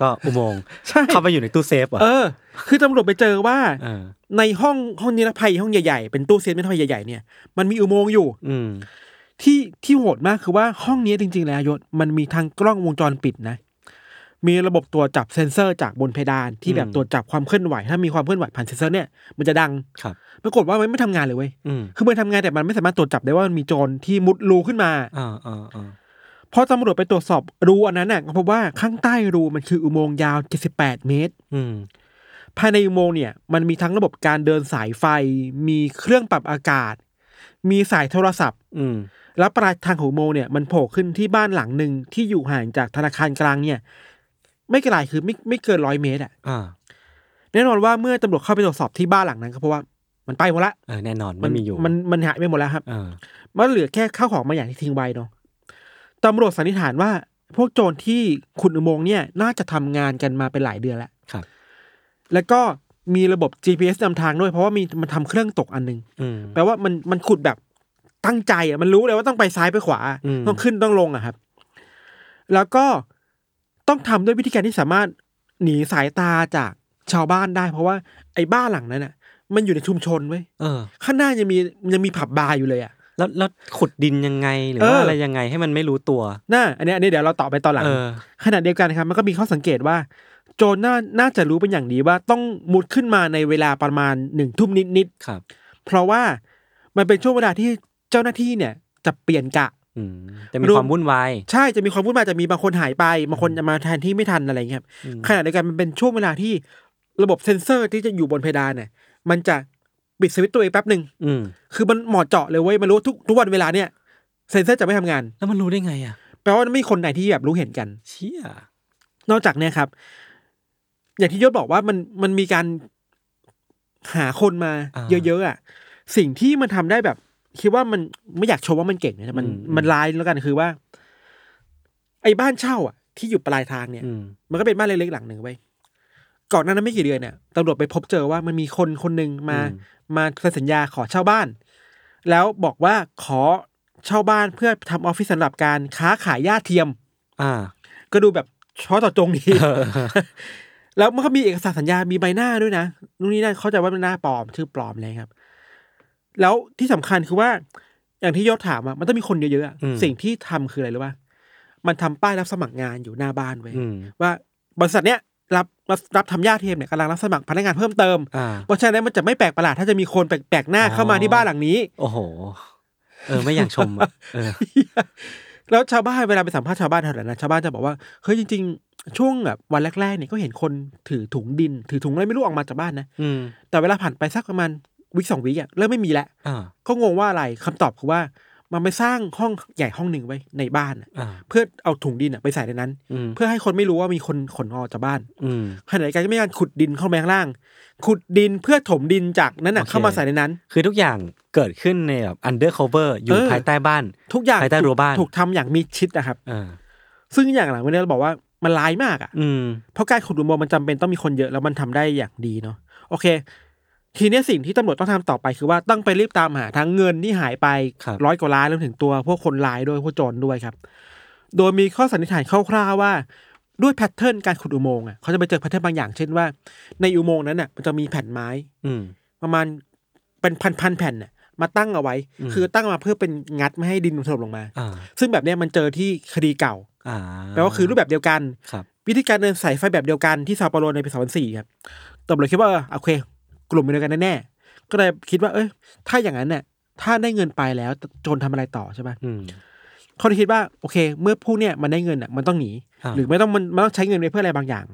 Speaker 2: ก็อุโมงค์
Speaker 3: ใช่
Speaker 2: เข้าไปอยู่ในตู้เซฟเหรอ่ะ
Speaker 3: เออ คือตำรวจไปเจอว่า
Speaker 2: เออ
Speaker 3: ในห้องห้องนิรภัยห้องใหญ่ๆ เป็นตู้เซฟนิรภัยใหญ่ๆเนี่ยมันมีอุโมงค์อยู่
Speaker 2: อืม
Speaker 3: ที่ที่โหดมากคือว่าห้องนี้จริง ๆ แล้วยศมันมีทางกล้องวงจรปิดนะ มีระบบตัวจจับเซ็นเซอร์จากบนเพดานที่แบบ
Speaker 2: อืม
Speaker 3: ตรวจจับความเคลื่อนไหว ถ้ามีความเคลื่อนไหวผ่านเซ็นเซอร์เนี่ยมันจะดัง
Speaker 2: ครับ
Speaker 3: ปรากฏว่ามันไม่ทำงานเลยเว้ย
Speaker 2: อืม
Speaker 3: คือมันทำงานแต่มันไม่สามารถตรวจจับได้ว่ามันมีโจรที่มุดรูขึ้นมา
Speaker 2: อ่าอ่าอ่า
Speaker 3: พอตำรวจไปตรวจสอบรูอันนั้นน่ะก็พบว่าข้างใต้รูมันคืออุโมงค์ยาว 78 เมตร
Speaker 2: อืม
Speaker 3: ภายในอุโมงค์เนี่ยมันมีทั้งระบบการเดินสายไฟ มีเครื่องปรับอากาศ มีสายโทรศัพท์
Speaker 2: อืม
Speaker 3: แล้วปลายทางของอุโมงค์เนี่ยมันโผล่ขึ้นที่บ้านหลังหนึ่งที่อยู่ห่างจากธนาคารกลางเนี่ย ไม่ไกลคือไม่ไม่เกินร้อยเมตรอ่ะ
Speaker 2: อ่า
Speaker 3: แน่นอนว่าเมื่อตำรวจเข้าไปตรวจสอบที่บ้านหลังนั้นก็เพราะว่ามันไปหมดละ
Speaker 2: เออ แน่นอนมันมีอยู่
Speaker 3: มันมันหายไปหมดแล้วครับ
Speaker 2: เออ
Speaker 3: มันเหลือแค่ข้าวของบางอย่างที่ทิ้งไว้เนาะ ตำรวจสันนิษฐานว่า พวกโจรที่ขุดอุโมงค์เนี่ย น่าจะทำงานกันมาเป็นหลายเดือนแล้ว
Speaker 2: ครับ
Speaker 3: แล้วก็มีระบบ GPS นำทางด้วย เพราะว่ามีมันทำเครื่องตกอันหนึง
Speaker 2: อืม
Speaker 3: แปลว่ามันมันขุดแบบตั้งใจอ่ะ มันรู้เลยว่าต้องไปซ้ายไปขวา
Speaker 2: อืม
Speaker 3: ต้องขึ้นต้องลงอ่ะครับ แล้วก็ต้องทำด้วยวิธีการที่สามารถหนีสายตาจากชาวบ้านได้ เพราะว่าไอ้บ้านหลังนั้นอ่ะ มันอยู่ในชุมชนเว้ย
Speaker 2: เออ
Speaker 3: ข้างหน้ายังมียังมีผับบาร์อยู่เลยอ่ะ
Speaker 2: แล้วแล้วขุดดินยังไงหรือ
Speaker 3: เอ
Speaker 2: ว่า
Speaker 3: ออ
Speaker 2: อะไรยังไงให้มันไม่รู้ตัว
Speaker 3: น่าอันเนี้ยอันนี้เดี๋ยวเราต่อไปตอนหลัง
Speaker 2: เออ
Speaker 3: ขณะเดียวกันนะครับ มันก็มีข้อสังเกตว่า โจรน่าน่าจะรู้เป็นอย่างดีว่าต้องมุดขึ้นมาในเวลาประมาณหนึ่งทุ่มนิด
Speaker 2: ครับ
Speaker 3: ๆ เพราะว่ามันเป็นช่วงเวลาที่เจ้าหน้าที่เนี่ย จะเปลี่ยนกะ
Speaker 2: อืม จะมี
Speaker 3: รวม
Speaker 2: ความวุ่นวาย
Speaker 3: ใช่จะมีความวุ่นวายจะมีบางคนหายไปบางคนจะมาแทนที่ไม่ทันอะไรเงี้ยครับ
Speaker 2: อืม
Speaker 3: ขณะเดียวกันมันเป็นช่วงเวลาที่ระบบเซ็นเซอร์ที่จะอยู่บนเพดานเนี่ยมันจะปิดสวิตช์ตัวเองแป๊บหนึ่ง
Speaker 2: อืม
Speaker 3: คือมันเหมาะเจาะเลยเว้ยมันรู้ทุกทุกวันเวลาเนี่ยเซ็นเซอร์จะไม่ทำงาน
Speaker 2: แล้วมันรู้ได้ไงอ่ะ
Speaker 3: แปลว่าไม่มีคนไหนที่แบบรู้เห็นกัน
Speaker 2: เชี่ย
Speaker 3: นอกจากเนี่ยครับ อย่างที่ยศบอกว่ามันมันมีการหาคนมา
Speaker 2: อ่า
Speaker 3: เยอะๆอ่ะ สิ่งที่มันทำได้แบบ คิดว่ามันไม่อยากชมว่ามันเก่งนะแต่มัน
Speaker 2: อืม
Speaker 3: มันร้ายแล้วกันคือว่า ไอ้บ้านเช่า อ่ะ ที่อยู่ปลายทางเนี่ย
Speaker 2: อืม
Speaker 3: มันก็เป็นบ้านเล็กๆหลังหนึ่งไว้ยก่อนหน้านั้นไม่กี่เดือนเนี่ยตำรวจไปพบเจอว่ามันมีคนคนหนึ่งมา
Speaker 2: อืม
Speaker 3: มาเซ็นสัญญาขอเช่าบ้าน แล้วบอกว่าขอเช่าบ้านเพื่อทำออฟฟิศสำหรับการค้าขายญาติเทียม
Speaker 2: อ่า
Speaker 3: ก็ดูแบบช้อต่อจงดี
Speaker 2: เออ
Speaker 3: แล้วมันก็มีเอกสารสัญญา มีใบหน้าด้วยนะนู่นนี่นั่นเข้าใจว่าเป็นหน้าปลอม ชื่อปลอมเลยครับ แล้วที่สำคัญคือว่า อย่างที่ยศถามอะมันต้องมีคนเยอะๆอะ
Speaker 2: อืม
Speaker 3: สิ่งที่ทำคืออะไรรู้ป่ะ มันทำป้ายรับสมัครงานอยู่หน้าบ้านไว้ย
Speaker 2: อืม
Speaker 3: ว่าบริษัทเนี้ยรับรับรับทำญาติเทียมเนี่ยกำลังรับสมัครพนักงานเพิ่มเติม
Speaker 2: อ่า
Speaker 3: เพราะฉะนั้นมันจะไม่แปลกประหลาดถ้าจะมีคนแปลกๆหน้าเข้ามาที่บ้านหลังนี้
Speaker 2: โอ้โห เออ ไม่อยากชมอ่ะ เออ
Speaker 3: แล้วชาวบ้านเวลาไปสัมภาษณ์ชาวบ้านแถวนั้นนะชาวบ้านจะบอกว่าเฮ้ยจริง ๆ ช่วงแบบวันแรกๆเนี่ยก็เห็นคนถือถุงดิน ถือถุงอะไรไม่รู้ออกมาจากบ้านนะ
Speaker 2: อืม
Speaker 3: แต่เวลาผ่านไปสักประมาณวิกสองวิอ่ะเริ่มไม่มีแล้ว
Speaker 2: อ่า
Speaker 3: ก็งงว่าอะไรคำตอบคือว่า มันไปสร้างห้องใหญ่ห้องหนึ่งไว้ในบ้านอะ
Speaker 2: อ่า
Speaker 3: เพื่อเอาถุงดินอะไปใส่ในนั้น
Speaker 2: อืม
Speaker 3: เพื่อให้คนไม่รู้ว่ามีคนขนออกจากบ้าน
Speaker 2: อืม
Speaker 3: ขณะเดียวกันก็มีการขุดดินเข้ามาข้างล่าง ขุดดินเพื่อถมดินจากนั้นอะ
Speaker 2: โอเค
Speaker 3: เข้ามาใส่ในนั้น
Speaker 2: คือทุกอย่างเกิดขึ้นในแบบ undercover อยู่
Speaker 3: เออ
Speaker 2: ภายใต้บ้าน
Speaker 3: ทุกอย่าง
Speaker 2: ภายใต้รั้วบ้าน
Speaker 3: ถูกทำอย่างมีชิดนะครับ
Speaker 2: อ่า
Speaker 3: ซึ่งอย่างหลังวันนี้เราบอกว่ามันร้ายมากอะ
Speaker 2: อืม
Speaker 3: เพราะการขุดอุโมงค์มันจำเป็นต้องมีคนเยอะแล้วมันทำได้อย่างดีเนาะโอเค ทีเนี้ยสิ่งที่ตำรวจต้องทำต่อไปคือว่าต้องไปรีบตามหาทั้งเงินที่หายไป
Speaker 2: ครับ
Speaker 3: ร้อยกว่าล้านรวมถึงตัวพวกคนร้ายด้วยพวกโจรด้วยครับ โดยมีข้อสันนิษฐานคร่าวๆว่า ด้วยแพทเทิร์นการขุดอุโมงค์อ่ะเขาจะไปเจอแพทเทิร์นบางอย่างเช่นว่า ในอุโมงค์นั้นน่ะมันจะมีแผ่นไม้
Speaker 2: อืม
Speaker 3: ประมาณเป็นพันๆแผ่นน่ะมาตั้งเอาไว้
Speaker 2: อืม
Speaker 3: คือตั้งมาเพื่อเป็นงัดไม่ให้ดินมันถล่มลงมา
Speaker 2: อ่า
Speaker 3: ซึ่งแบบเนี้ยมันเจอที่คดีเก่า
Speaker 2: อ่า
Speaker 3: แปลว่าคือรูปแบบเดียวกัน
Speaker 2: ครับ
Speaker 3: วิธีการเดินสายไฟแบบเดียวกันที่ซาโปโรในปี 2004 ครับตำรวจคิดว่าเออโอเค กลุ่มเดียวกันแน่ๆ ก็เลยคิดว่า เอ้ย ถ้าอย่างนั้นเนี่ยถ้าได้เงินไปแล้วโจรทำอะไรต่อใช่ไหม
Speaker 2: อืม
Speaker 3: เขาเลยคิดว่า โอเค เมื่อผู้เนี่ยมันได้เงินอ่ะ มันต้องหนี
Speaker 2: อ่า
Speaker 3: หรือไม่ต้องมันมันต้องใช้เงินไปเพื่ออะไรบางอย่าง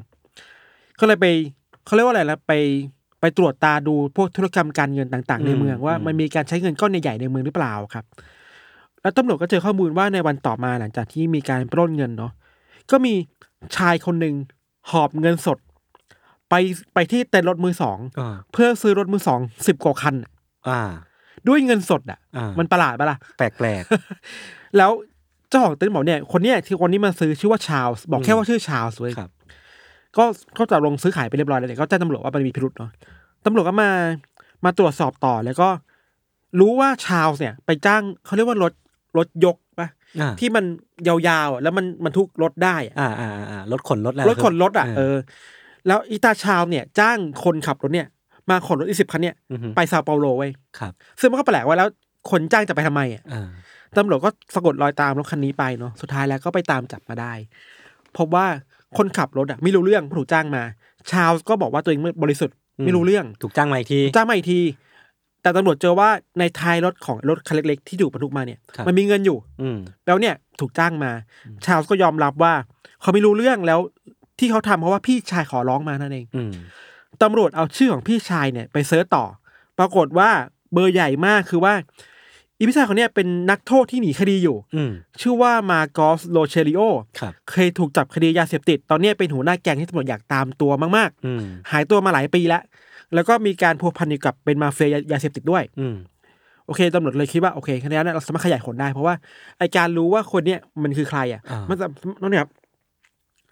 Speaker 3: ก็เลยไปเขาเรียกว่าอะไรละไปไปตรวจตาดูพวกธุรกรรมการเงินต่าง ๆ ในเมือง
Speaker 2: อืม
Speaker 3: ว่า
Speaker 2: อืม
Speaker 3: มันมีการใช้เงินก้อนใหญ่ๆในเมืองหรือเปล่าครับ แล้วตำรวจก็เจอข้อมูลว่าในวันต่อมาหลังจากที่มีการปล้นเงินเนาะก็มีชายคนหนึ่งหอบเงินสด ไปไปที่เต็นท์รถมือสอง
Speaker 2: อ่า
Speaker 3: เพื่อซื้อรถมือสองสิบกว่าคันน่ะ
Speaker 2: อ่า
Speaker 3: ด้วยเงินสดอ่ะ
Speaker 2: อ่ามั
Speaker 3: มันประหลาดปะล่ะ
Speaker 2: แปลกแปลก
Speaker 3: แล้วเจ้าของเต็นท์บอกเนี่ยคนเนี้ยที่คนนี้มาซื้อชื่อว่าชาลส์บอกแค่ว่าชื่อชาลส์เว้ย
Speaker 2: ครับ
Speaker 3: ก็ก็จะลงซื้อขายไปเรียบร้อยแล้วเนี่ยก็แจ้งตำรวจว่ามันมีพิรุษเนาะตำรวจก็มามาตรวจสอบต่อแล้วก็ รู้ว่าชาลส์เนี่ย ไปจ้างเขาเรียกว่ารถรถยกปะ
Speaker 2: ๆอ่า
Speaker 3: ที่มันยาวๆอะแล้วมันมันทุกรถได้อะ
Speaker 2: อ่าอ่าอ่ารถขนรถอะไร
Speaker 3: รถขนรถอ่ะ
Speaker 2: า
Speaker 3: เออ แล้วอีตาชาลส์เนี่ยจ้างคนขับรถเนี่ย มาขนรถอีสิบคันเนี่ย
Speaker 2: อหือ
Speaker 3: ไปซาเปาโลเว้ย
Speaker 2: ครับ
Speaker 3: ซึ่งมันก็แปลกว่าแล้วคนจ้างจะไปทำไมอ่ะ
Speaker 2: อ่า
Speaker 3: ตำรวจก็สะกดรอยตามรถคันนี้ไปเนาะสุดท้ายแล้วก็ไปตามจับมาได้พบว่าคนขับรถอะไม่รู้เรื่องผู้ถูกจ้างมา ชาวก็บอกว่าตัวเองไม่บริสุทธิ์ไม่รู้เรื่อง
Speaker 2: ถูกจ้างมาอีกที
Speaker 3: จ้างมาอีกที แต่ตำรวจเจอว่าในท้ายรถของรถคันเล็กๆที่ถูกบรรทุกมาเนี่ย
Speaker 2: ครับ
Speaker 3: มันมีเงินอยู่
Speaker 2: อืม
Speaker 3: แล้วเนี่ยถูกจ้างมา ชาวก็ยอมรับว่าเขาไม่รู้เรื่องแล้วที่เขาทำเพราะว่าพี่ชายขอร้องมานั่นเอง
Speaker 2: อืม
Speaker 3: ตำรวจเอาชื่อของพี่ชายเนี่ยไปเซิร์ชต่อ ปรากฏว่าเบอร์ใหญ่มากคือว่าอีพี่ชายคนเนี้ยเป็นนักโทษที่หนีคดีอยู่
Speaker 2: อืม
Speaker 3: ชื่อว่ามากอสโลเชริโอ
Speaker 2: ครับ
Speaker 3: เคยถูกจับคดียาเสพติด ตอนเนี้ยเป็นหัวหน้าแก๊งที่ตำรวจอยากตามตัวมาก
Speaker 2: อืม
Speaker 3: ๆ หายตัวมาหลายปีแล้ว แล้วก็มีการพัวพันอยู่กับเป็นมาเฟียยาเสพติดด้วย
Speaker 2: อืม
Speaker 3: โอเคตำรวจเลยคิดว่าโอเคคะแนนนเราสามารถขยายผลได้ เพราะว่าไอการรู้ว่าคนเนี้ยมันคือใครอ่ะ
Speaker 2: อ่ามั
Speaker 3: มันจะนั่นเนี่ยครับ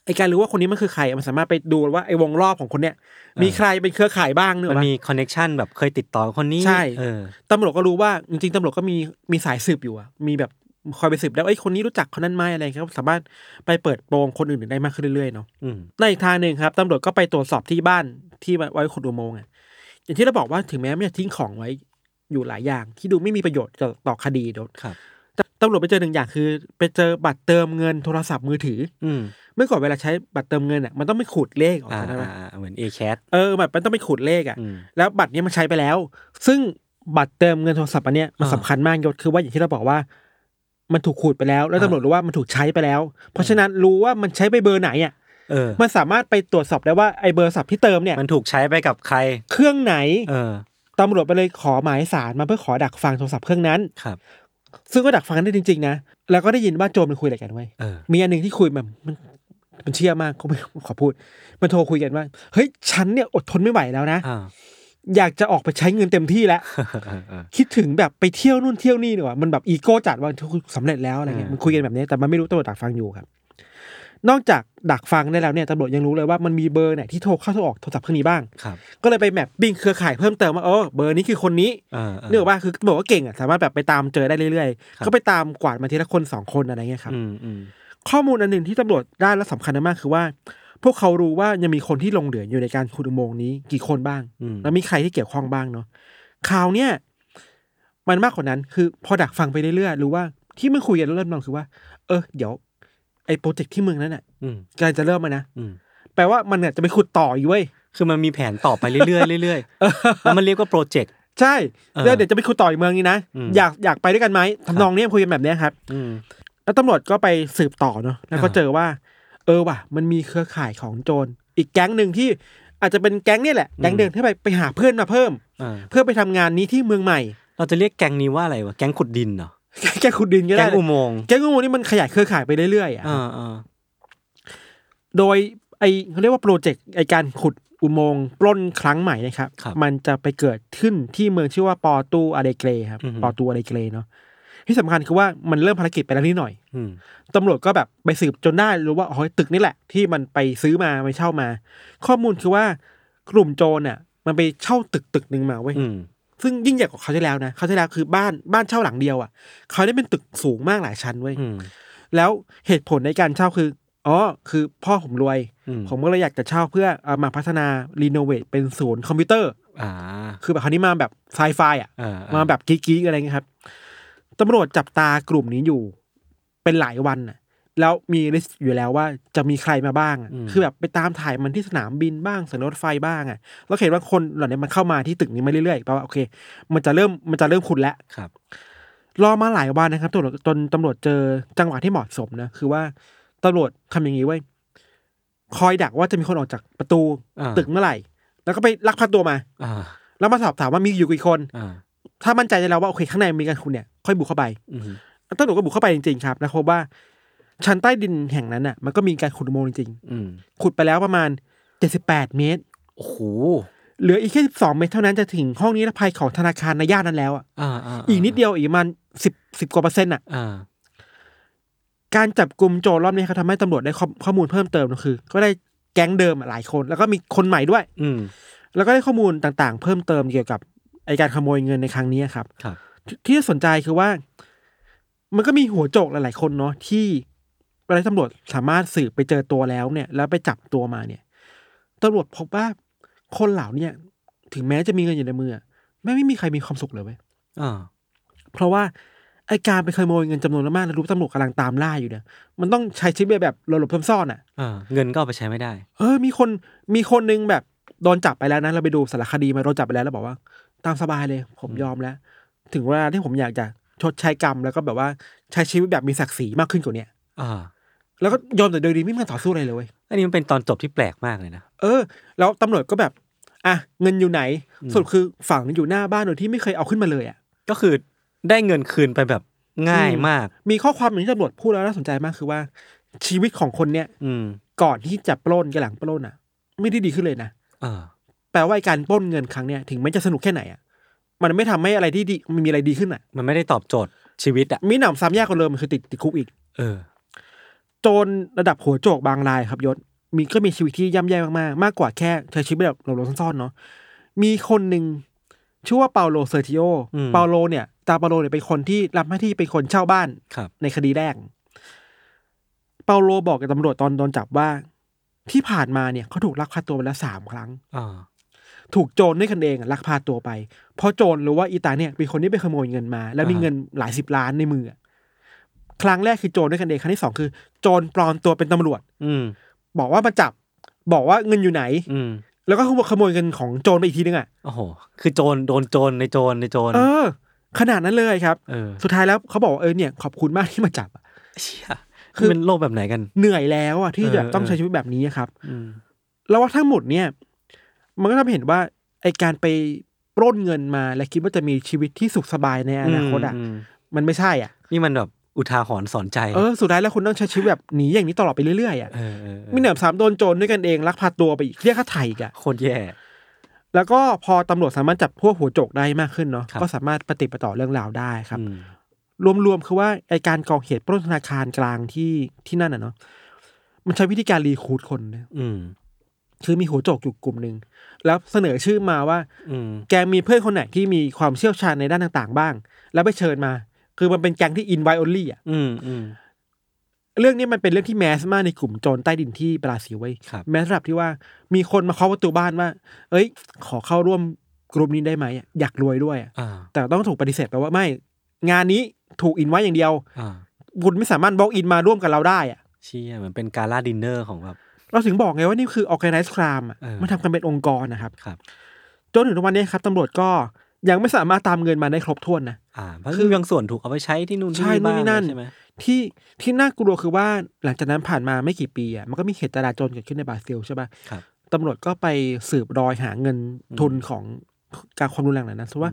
Speaker 3: ไอการรู้ว่าคนนี้มันคือใครอะมันสามารถไปดูว่าไอวงรอบของคนเนี้ยมีใครเป็นเครือข่ายบ้างเนก
Speaker 2: มัน
Speaker 3: อะ
Speaker 2: มีคอนเน็ชันแบบเคยติดต่อคนนี้
Speaker 3: ใช่
Speaker 2: เออ
Speaker 3: ตำรวจก็รู้ว่าจริงๆตำรวจก็มีมีสายสืบอยู่อะมีแบบคอยไปสืบแล้วไอ้ยคนนี้รู้จักคนนั้นไหมอะไรครับสามารถไปเปิดโปงคนอื่นๆได้มากขึ้นเรื่อยๆเนาะ
Speaker 2: อืม
Speaker 3: ในอีกทางหนึ่งครับตำรวจก็ไปตรวจสอบที่บ้านที่ไว้ขุดอุโมงค์อะอย่างที่เราบอกว่าถึงแม้ไม่จะทิ้งของไว้อยู่หลายอย่าง ที่ดูไม่มีประโยชน์ต่อต่อคดีเนาะ
Speaker 2: ครับ
Speaker 3: แต่ตำรวจไปเจอหนึ่งอย่างคือ ไปเจอบัตรเติมเงินโทรศัพท์มือถือ
Speaker 2: อืม
Speaker 3: เมื่อก่อนเวลาใช้บัตรเติมเงินอะมันต้องไปขูดเลขออก
Speaker 2: อ่า
Speaker 3: มาใช่ไหม
Speaker 2: อ่าอ่าเหมือน a c a t
Speaker 3: เออแบบมันต้องไปขูดเลขอะ
Speaker 2: อืม
Speaker 3: แล้วบัตรเนี้ยมันใช้ไปแล้ว ซึ่งบัตรเติมเงินโทรศัพท์อันเนี้ยมัน
Speaker 2: อ่า
Speaker 3: สำคัญมากยศคือว่าอย่างที่เราบอกว่า มันถูกขูดไปแล้ว แล้ว
Speaker 2: อ่า
Speaker 3: ตำรวจรู้ว่ามันถูกใช้ไปแล้ว เพราะฉะนั้นรู้ว่ามันใช้ไปเบอร์ไหนอ่ะ
Speaker 2: เออ
Speaker 3: มันสามารถไปตรวจสอบได้ว่าไอ้เบอร์สับที่เติมเนี่ย
Speaker 2: มันถูกใช้ไปกับใคร
Speaker 3: เครื่องไหน
Speaker 2: เออ
Speaker 3: ตำรวจไปเลยขอหมายสารมาเพื่อขอดักฟังโทรศัพท์เครื่องนั้น
Speaker 2: ครับ
Speaker 3: ซึ่งก็ดักฟังได้จริงๆนะแล้วก็ได้ยินว่าโจรมันคุยอะไรกันไว้ย
Speaker 2: เออ
Speaker 3: มีอันหนึ่งที่คุยแบบมันมันเชื่อมากก็ไม่ขอพูด มันโทรคุยกันว่าเฮ้ยฉันเนี่ยอดทนไม่ไหวแล้วนะ
Speaker 2: อ่า
Speaker 3: อยากจะออกไปใช้เงินเต็มที่แล้ว คิดถึงแบบไปเที่ยวนู่นเที่ยวนี่ดีกว่ามันแบบอีโก้จัดว่าสำเร็จแล้วอะไรเงี้ย
Speaker 2: อืม
Speaker 3: มันคุยกันแบบนี้แต่มันไม่รู้ตำรวจดักฟังอยู่ครับ นอกจากดักฟังได้แล้วเนี่ยตำรวจยังรู้เลยว่ามันมีเบอร์ไหนที่โทรเข้าโทรออกโทรศัพท์เครื่องนี้บ้าง
Speaker 2: ครับ
Speaker 3: ก็เลยไปแมปปิ้งเครือข่ายเพิ่มเติมว่าเออเบอร์นี้คือคนนี้
Speaker 2: เออ
Speaker 3: เนื่องว่าคือบอกว่าเก่งอ่ะสามารถแบบไปตามเจอได้เรื่อยๆก็ไปตามกวาดมาทีละคนสองคนอะไรเงี้ยครับ
Speaker 2: อืมอืม
Speaker 3: ข้อมูลอันหนึ่งที่ตำรวจได้และสำคัญมากคือว่า พวกเขารู้ว่ายังมีคนที่ลงเหลืออยู่ในการขุดอุโมงค์นี้กี่คนบ้าง
Speaker 2: อืม
Speaker 3: แล้วมีใครที่เกี่ยวข้องบ้างเนาะข่าวเนี่ย มันมากกว่านั้นคือพอดักฟังไปเรื่อยๆรู้ว่าที่มันคุยกันเริ่มนองคือว่า เออ เดี๋ยวไอ้โปรเจกต์ที่เมืองนั้นน่ะ
Speaker 2: อืม
Speaker 3: กำลังจะเริ่มมานะ
Speaker 2: อืม
Speaker 3: แปลว่ามันเนี่ยจะไปขุดต่ออยู่เว้ย
Speaker 2: คือมันมีแผนต่อไปเรื่อยๆเรื่อยๆแล้วมันเรียกว่าโปรเจกต์
Speaker 3: ใช่
Speaker 2: เออ
Speaker 3: แล้วเดี๋ยวจะไปขุดต่ออีกเมืองนี้นะ
Speaker 2: อืม
Speaker 3: อยากอยากไปด้วยกันไหมทำนองเนี้ยคุยกันแบบเนี้ยครับ
Speaker 2: อืม
Speaker 3: แล้วตำรวจก็ไปสืบต่อเนาะแล้วก็
Speaker 2: อ่า
Speaker 3: เจอว่า เออว่ะ มันมีเครือข่ายของโจรอีกแก๊งหนึ่งที่อาจจะเป็นแก๊งเนี่ยแหละแก๊งเดิมที่ไปไปหาเพื่อนมาเพิ่ม
Speaker 2: อ่า
Speaker 3: เพื่อไปทำงานนี้ที่เมืองใหม่
Speaker 2: เราจะเรียกแก๊งนี้ว่าอะไรวะ แก๊งขุดดินเหรอ
Speaker 3: แก้ขุดดินก็
Speaker 2: แก๊
Speaker 3: ได้
Speaker 2: งอุโมงค์
Speaker 3: แก๊งอุโมงค์นี่มันขยายเครือข่ายไปเรื่อยๆอ่ะ
Speaker 2: อ่าอ่า
Speaker 3: โดยไอเขาเรียกว่าโปรเจกต์ไอการขุดอุโมงค์ปล้นครั้งใหม่นะครับ
Speaker 2: ครับ
Speaker 3: มันจะไปเกิดขึ้นที่เมืองชื่อว่าปอตูอาเดเกรครับ
Speaker 2: อือฮึ
Speaker 3: ปอตูอาเดเกรเนาะที่สำคัญคือว่ามันเริ่มภารกิจไปแล้วนิดหน่อย
Speaker 2: อืม
Speaker 3: ตำรวจก็แบบไปสืบจนได้รู้ว่าอ๋อตึกนี่แหละ ที่มันไปซื้อมาไปเช่ามา ข้อมูลคือว่ากลุ่มโจรน่ะ มันไปเช่าตึกตึกหนึ่งมาเว้ย
Speaker 2: อืม
Speaker 3: ซึ่งยิ่งใหญ่กว่าเขาวที่แล้วนะเขาวที่แล้วคือบ้านบ้านเช่าหลังเดียวอ่ะเขาวได้เป็นตึกสูงมากหลายชั้นเว้ย
Speaker 2: อืม
Speaker 3: แล้วเหตุผลในการเช่าคืออ๋อคือพ่อผมรวย
Speaker 2: อืม
Speaker 3: ผมก็เลยอยากจะเช่าเพื่อเอามาพัฒนารีโนเวทเป็นศูนย์คอมพิวเตอร์
Speaker 2: อ่า
Speaker 3: คือแบบคราวนี้มาแบบไซไฟอ่ะ
Speaker 2: อ่า
Speaker 3: มาแบบกิ๊กๆอะไรเงี้ยครับตำรวจจับตากลุ่มนี้อยู่เป็นหลายวันน่ะ แล้วมีลิสต์อยู่แล้วว่าจะมีใครมาบ้างอะคือแบบไปตามถ่ายมันที่สนามบินบ้างสถานรถไฟบ้างอ่ะแล้วเห็นว่าคนเหล่านี้มันเข้ามาที่ตึกนี้มาเรื่อยๆแปลว่าโอเค มันจะเริ่มมันจะเริ่มขุดแล้ว
Speaker 2: ครับ
Speaker 3: รอมาหลายวันนะครับตำรวจจนตำรวจเจอจังหวะที่เหมาะสมนะคือว่าตำรวจทำอย่างนี้ไว้ยคอยดักว่าจะมีคนออกจากประตู
Speaker 2: อ่า
Speaker 3: ตึกเมื่อไหร่ แล้วก็ไปลักพาตัวมา
Speaker 2: อ่า
Speaker 3: แล้วมาสอบถามว่ามีอยู่กี่คน
Speaker 2: อ่า
Speaker 3: ถ้ามั่นใจแล้วว่าโอเคข้างในมีการคุณเนี่ยค่อยบุกเข้าไป
Speaker 2: อืม
Speaker 3: แล้วตำรวจก็บุกเข้าไปจริงๆครับ แล้วพบว่า ชั้นใต้ดินแห่งนั้นอ่ะ มันก็มีการขุดอุโมงค์จริง
Speaker 2: อืม
Speaker 3: ๆขุดไปแล้วประมาณเจ็ดสิบแปดเมตร
Speaker 2: โอ้โห
Speaker 3: เหลืออีกแค่สิบสองเมตรเท่านั้นจะถึงห้องนิรภัยของธนาคารในย่านนั้นแล้วอ่ะ
Speaker 2: อ่าอ่าา
Speaker 3: อีกนิดเดียวอีกประมันสิบสิบกว่าเปอร์เซ็นต์อ่ะ
Speaker 2: อ่า
Speaker 3: การจับกลุ่มโจรรอบนี้เขาทำให้ตำรวจได้ข้อข้อมูลเพิ่มเติมก็คือ ก็ได้แก๊งเดิมอะหลายคน แล้วก็มีคนใหม่ด้วย
Speaker 2: อืม
Speaker 3: แล้วก็ได้ข้อมูลต่างๆ เพิ่มเติมเกี่ยวกับไอการขโมยเงินในครั้งนี้ครับ
Speaker 2: ครับ
Speaker 3: ที่ที่น่าสนใจคือว่า มันก็มีหัวโจกหลาย ๆ คนเนาะที่เวลาตำรวจสามารถสืบไปเจอตัวแล้วเนี่ย แล้วไปจับตัวมาเนี่ยตำรวจพบว่าคนเหล่าเนี่ยถึงแม้จะมีเงินอยู่ในมืออะไม่ไม่มีใครมีความสุขเลยเว้ย
Speaker 2: อ่า
Speaker 3: เพราะว่าไอการไปขโมยเงินจำนวนมากแล้วรู้ตำรวจกำลังตามล่าอยู่เนี่ย มันต้องใช้ชีวิตแบบหลบๆซ่อนๆอ่ะ
Speaker 2: อ่าเงินก็เอาไปใช้ไม่ได้
Speaker 3: เออ มีคนมีคนนึงแบบโดนจับไปแล้วนะเราไปดูสารคดีมาโดนจับไปแล้วแล้วบอกว่า ตามสบายเลย ผมยอมแล้ว ถึงเวลาที่ผมอยากจะชดใช้กรรมแล้วก็แบบว่าใช้ชีวิตแบบมีศักดิ์ศรีมากขึ้นกว่าเนี้ย
Speaker 2: อ่า
Speaker 3: แล้วก็ยอมแต่โดยดีไม่มีการต่อสู้อะไรเลยเว้ย
Speaker 2: อันนี้มันเป็นตอนจบที่แปลกมากเลยนะ
Speaker 3: เออ แล้วตำรวจก็แบบ อ่ะเงินอยู่ไหน
Speaker 2: อืม
Speaker 3: สรุดคือฝังอยู่หน้าบ้านโดยที่ไม่เคยเอาขึ้นมาเลยอ่ะ
Speaker 2: ก็คือได้เงินคืนไปแบบง่าย
Speaker 3: อืม
Speaker 2: มาก
Speaker 3: มีข้อความหนึ่งที่ตำรวจพูดแล้วน่าสนใจมากคือว่า ชีวิตของคนเนี้ย
Speaker 2: อืม
Speaker 3: ก่อนที่จะปล้นกับหลังปล้นอ่ะ ไม่ได้ดีขึ้นเลยนะ
Speaker 2: อ่า
Speaker 3: แปลว่าไอ้การปล้นเงินครั้งเนี้ยถึงแม้จะสนุกแค่ไหนอ่ะมันไม่ทำให้อะไรที่ดีมันมีอะไรดีขึ้นอ่ะ
Speaker 2: มันไม่ได้ตอบโจทย์ชีวิตอ่ะ
Speaker 3: มีหนำซ้ำยากกว่าเดิมมันคือติดติดคุกอีก
Speaker 2: เออ
Speaker 3: โจนระดับหัวโจกบางรายครับยศมีก็มีชีวิตที่ย่ำแย่มากๆ มากกว่าแค่ใช้ชีวิตแบบหลบๆซ่อนๆเนาะมีคนหนึ่งชื่อว่าเปาโลเซอร์ติโอ
Speaker 2: อืม
Speaker 3: เปาโลเนี่ยตาเปาโลเนี่ยเป็นคนที่รับหน้าที่เป็นคนเช่าบ้าน
Speaker 2: ครับ
Speaker 3: ในคดีแรก เปาโลบอกกับตำรวจตอนโดนจับว่า ที่ผ่านมาเนี่ยเขาถูกลักพาตัวไปแล้วสามครั้ง
Speaker 2: อ่า
Speaker 3: ถูกโจรด้วยกันเองอะลักพาตัวไป เพราะโจรรู้ว่าอีตาเนี่ยเป็นคนที่ไปขโมยเงินมา แล้วมี
Speaker 2: อ่า
Speaker 3: เงินหลายสิบล้านในมืออะครั้งแรกคือโจรด้วยกันเองครั้งที่สองคือ โจรปลอมตัวเป็นตำรวจ
Speaker 2: อืม
Speaker 3: บอกว่ามาจับ บอกว่าเงินอยู่ไหน
Speaker 2: อืม
Speaker 3: แล้วก็ขโมยเงินของโจรไปอีกทีนึงอ่ะ
Speaker 2: โอ้โห คือโจรโดนโจรในโจรในโจร
Speaker 3: เออ ขนาดนั้นเลยครับ
Speaker 2: เออ
Speaker 3: สุดท้ายแล้วเขาบอกว่าเออเนี่ยขอบคุณมากที่มาจับอะ
Speaker 2: เชี่ย
Speaker 3: คื
Speaker 2: คือ
Speaker 3: อ
Speaker 2: เป็นโลกแบบไหนกัน
Speaker 3: เหนื่อยแล้วอ่ะที่
Speaker 2: เออ
Speaker 3: แบบต้อง
Speaker 2: เออ
Speaker 3: ใช้ชีวิตแบบนี้อะครับ
Speaker 2: อืม
Speaker 3: แล้วว่าทั้งหมดเนี่ย มันก็ทำให้เห็นว่าไอการไปปล้นเงินมา และคิดว่าจะมีชีวิตที่สุขสบายในอนาคตอ่ะ
Speaker 2: มม
Speaker 3: มันไม่ใช่อ่ะ
Speaker 2: นี่มันแบบอุทาหรณ์สอนใจ
Speaker 3: เออสุดท้ายแล้วคุณต้องใช้ชีวิตแบบหนีอย่างนี้ตลอดไปเรื่อยๆอ่ะ
Speaker 2: เออเออเออ
Speaker 3: มีเหนือสามโดนโจรด้วยกันเองลักพาตัวไปอีกเรียกค่าไถ่อีกอ่ะ
Speaker 2: โคตรแย่
Speaker 3: แล้วก็พอตำรวจสามารถจับพวกหัวโจกได้มากขึ้นเนาะ
Speaker 2: ครับ
Speaker 3: ก็สามารถปฏิดประต่อเรื่องราวได้ครับ
Speaker 2: อืม
Speaker 3: รวมๆคือว่าไอการก่อเหตุปล้นธนาคารกลางที่ที่นั่นอ่ะเนาะมันใช้วิธีการรีคูดคนนะ
Speaker 2: อืม
Speaker 3: คือมีหัวโจกอยู่กลุ่มหนึ่งแล้วเสนอชื่อมาว่า
Speaker 2: อืม
Speaker 3: แกมีเพื่อนคนไหนที่มีความเชี่ยวชาญในด้านต่างๆ บ้าง แล้วไปเชิญมา คือมันเป็นแก๊งที่อินไวโอลี่อ่ะ
Speaker 2: อืมอืม
Speaker 3: เรื่องนี้มันเป็นเรื่องที่แมสมากในกลุ่มโจรใต้ดินที่บราซิลไว้ย
Speaker 2: ครับ
Speaker 3: แมสระดับที่ว่ามีคนมาเคาะประตูบ้านว่า เอ้ย ขอเข้าร่วมกลุ่มนี้ได้ไหมอะอยากรวยด้วยอะ
Speaker 2: อ่า
Speaker 3: แต่ต้องถูกปฏิเสธไปว่าไม่ งานนี้ถูกอินไว้อย่างเดียว
Speaker 2: อ่า
Speaker 3: คุณไม่สามารถบล็อกอินมาร่วมกับเราได้อะ
Speaker 2: เชี่ยเหมือนเป็นการล่าดินเนอร์ของแบบ
Speaker 3: เราถึงบอกไงว่านี่คือ organized crime อะ
Speaker 2: เออ
Speaker 3: มันทำกันเป็นองค์กรนะครับ
Speaker 2: ครับ
Speaker 3: จนถึงทุกวันนี้ครับตำรวจก็ยังไม่สามารถตามเงินมาได้ครบถ้วนนะ
Speaker 2: อ่าเพราะ
Speaker 3: คือ
Speaker 2: มีบางส่วนถูกเอาไปใช้ที่นู่นที่
Speaker 3: ใช่
Speaker 2: นี่
Speaker 3: นู่น
Speaker 2: บ้าง
Speaker 3: นี่นั่น
Speaker 2: ใช่ไหม
Speaker 3: ที่ที่น่ากลัวคือว่าหลังจากนั้นผ่านมาไม่กี่ปีอ่ะมันก็มีเหตุจราจรเกิดขึ้นในบราซิลใช่ปะ
Speaker 2: ครับ
Speaker 3: ตำรวจก็ไปสืบรอยหาเงินทุนของการความรุนแรงเหล่านั้นเพราะว่า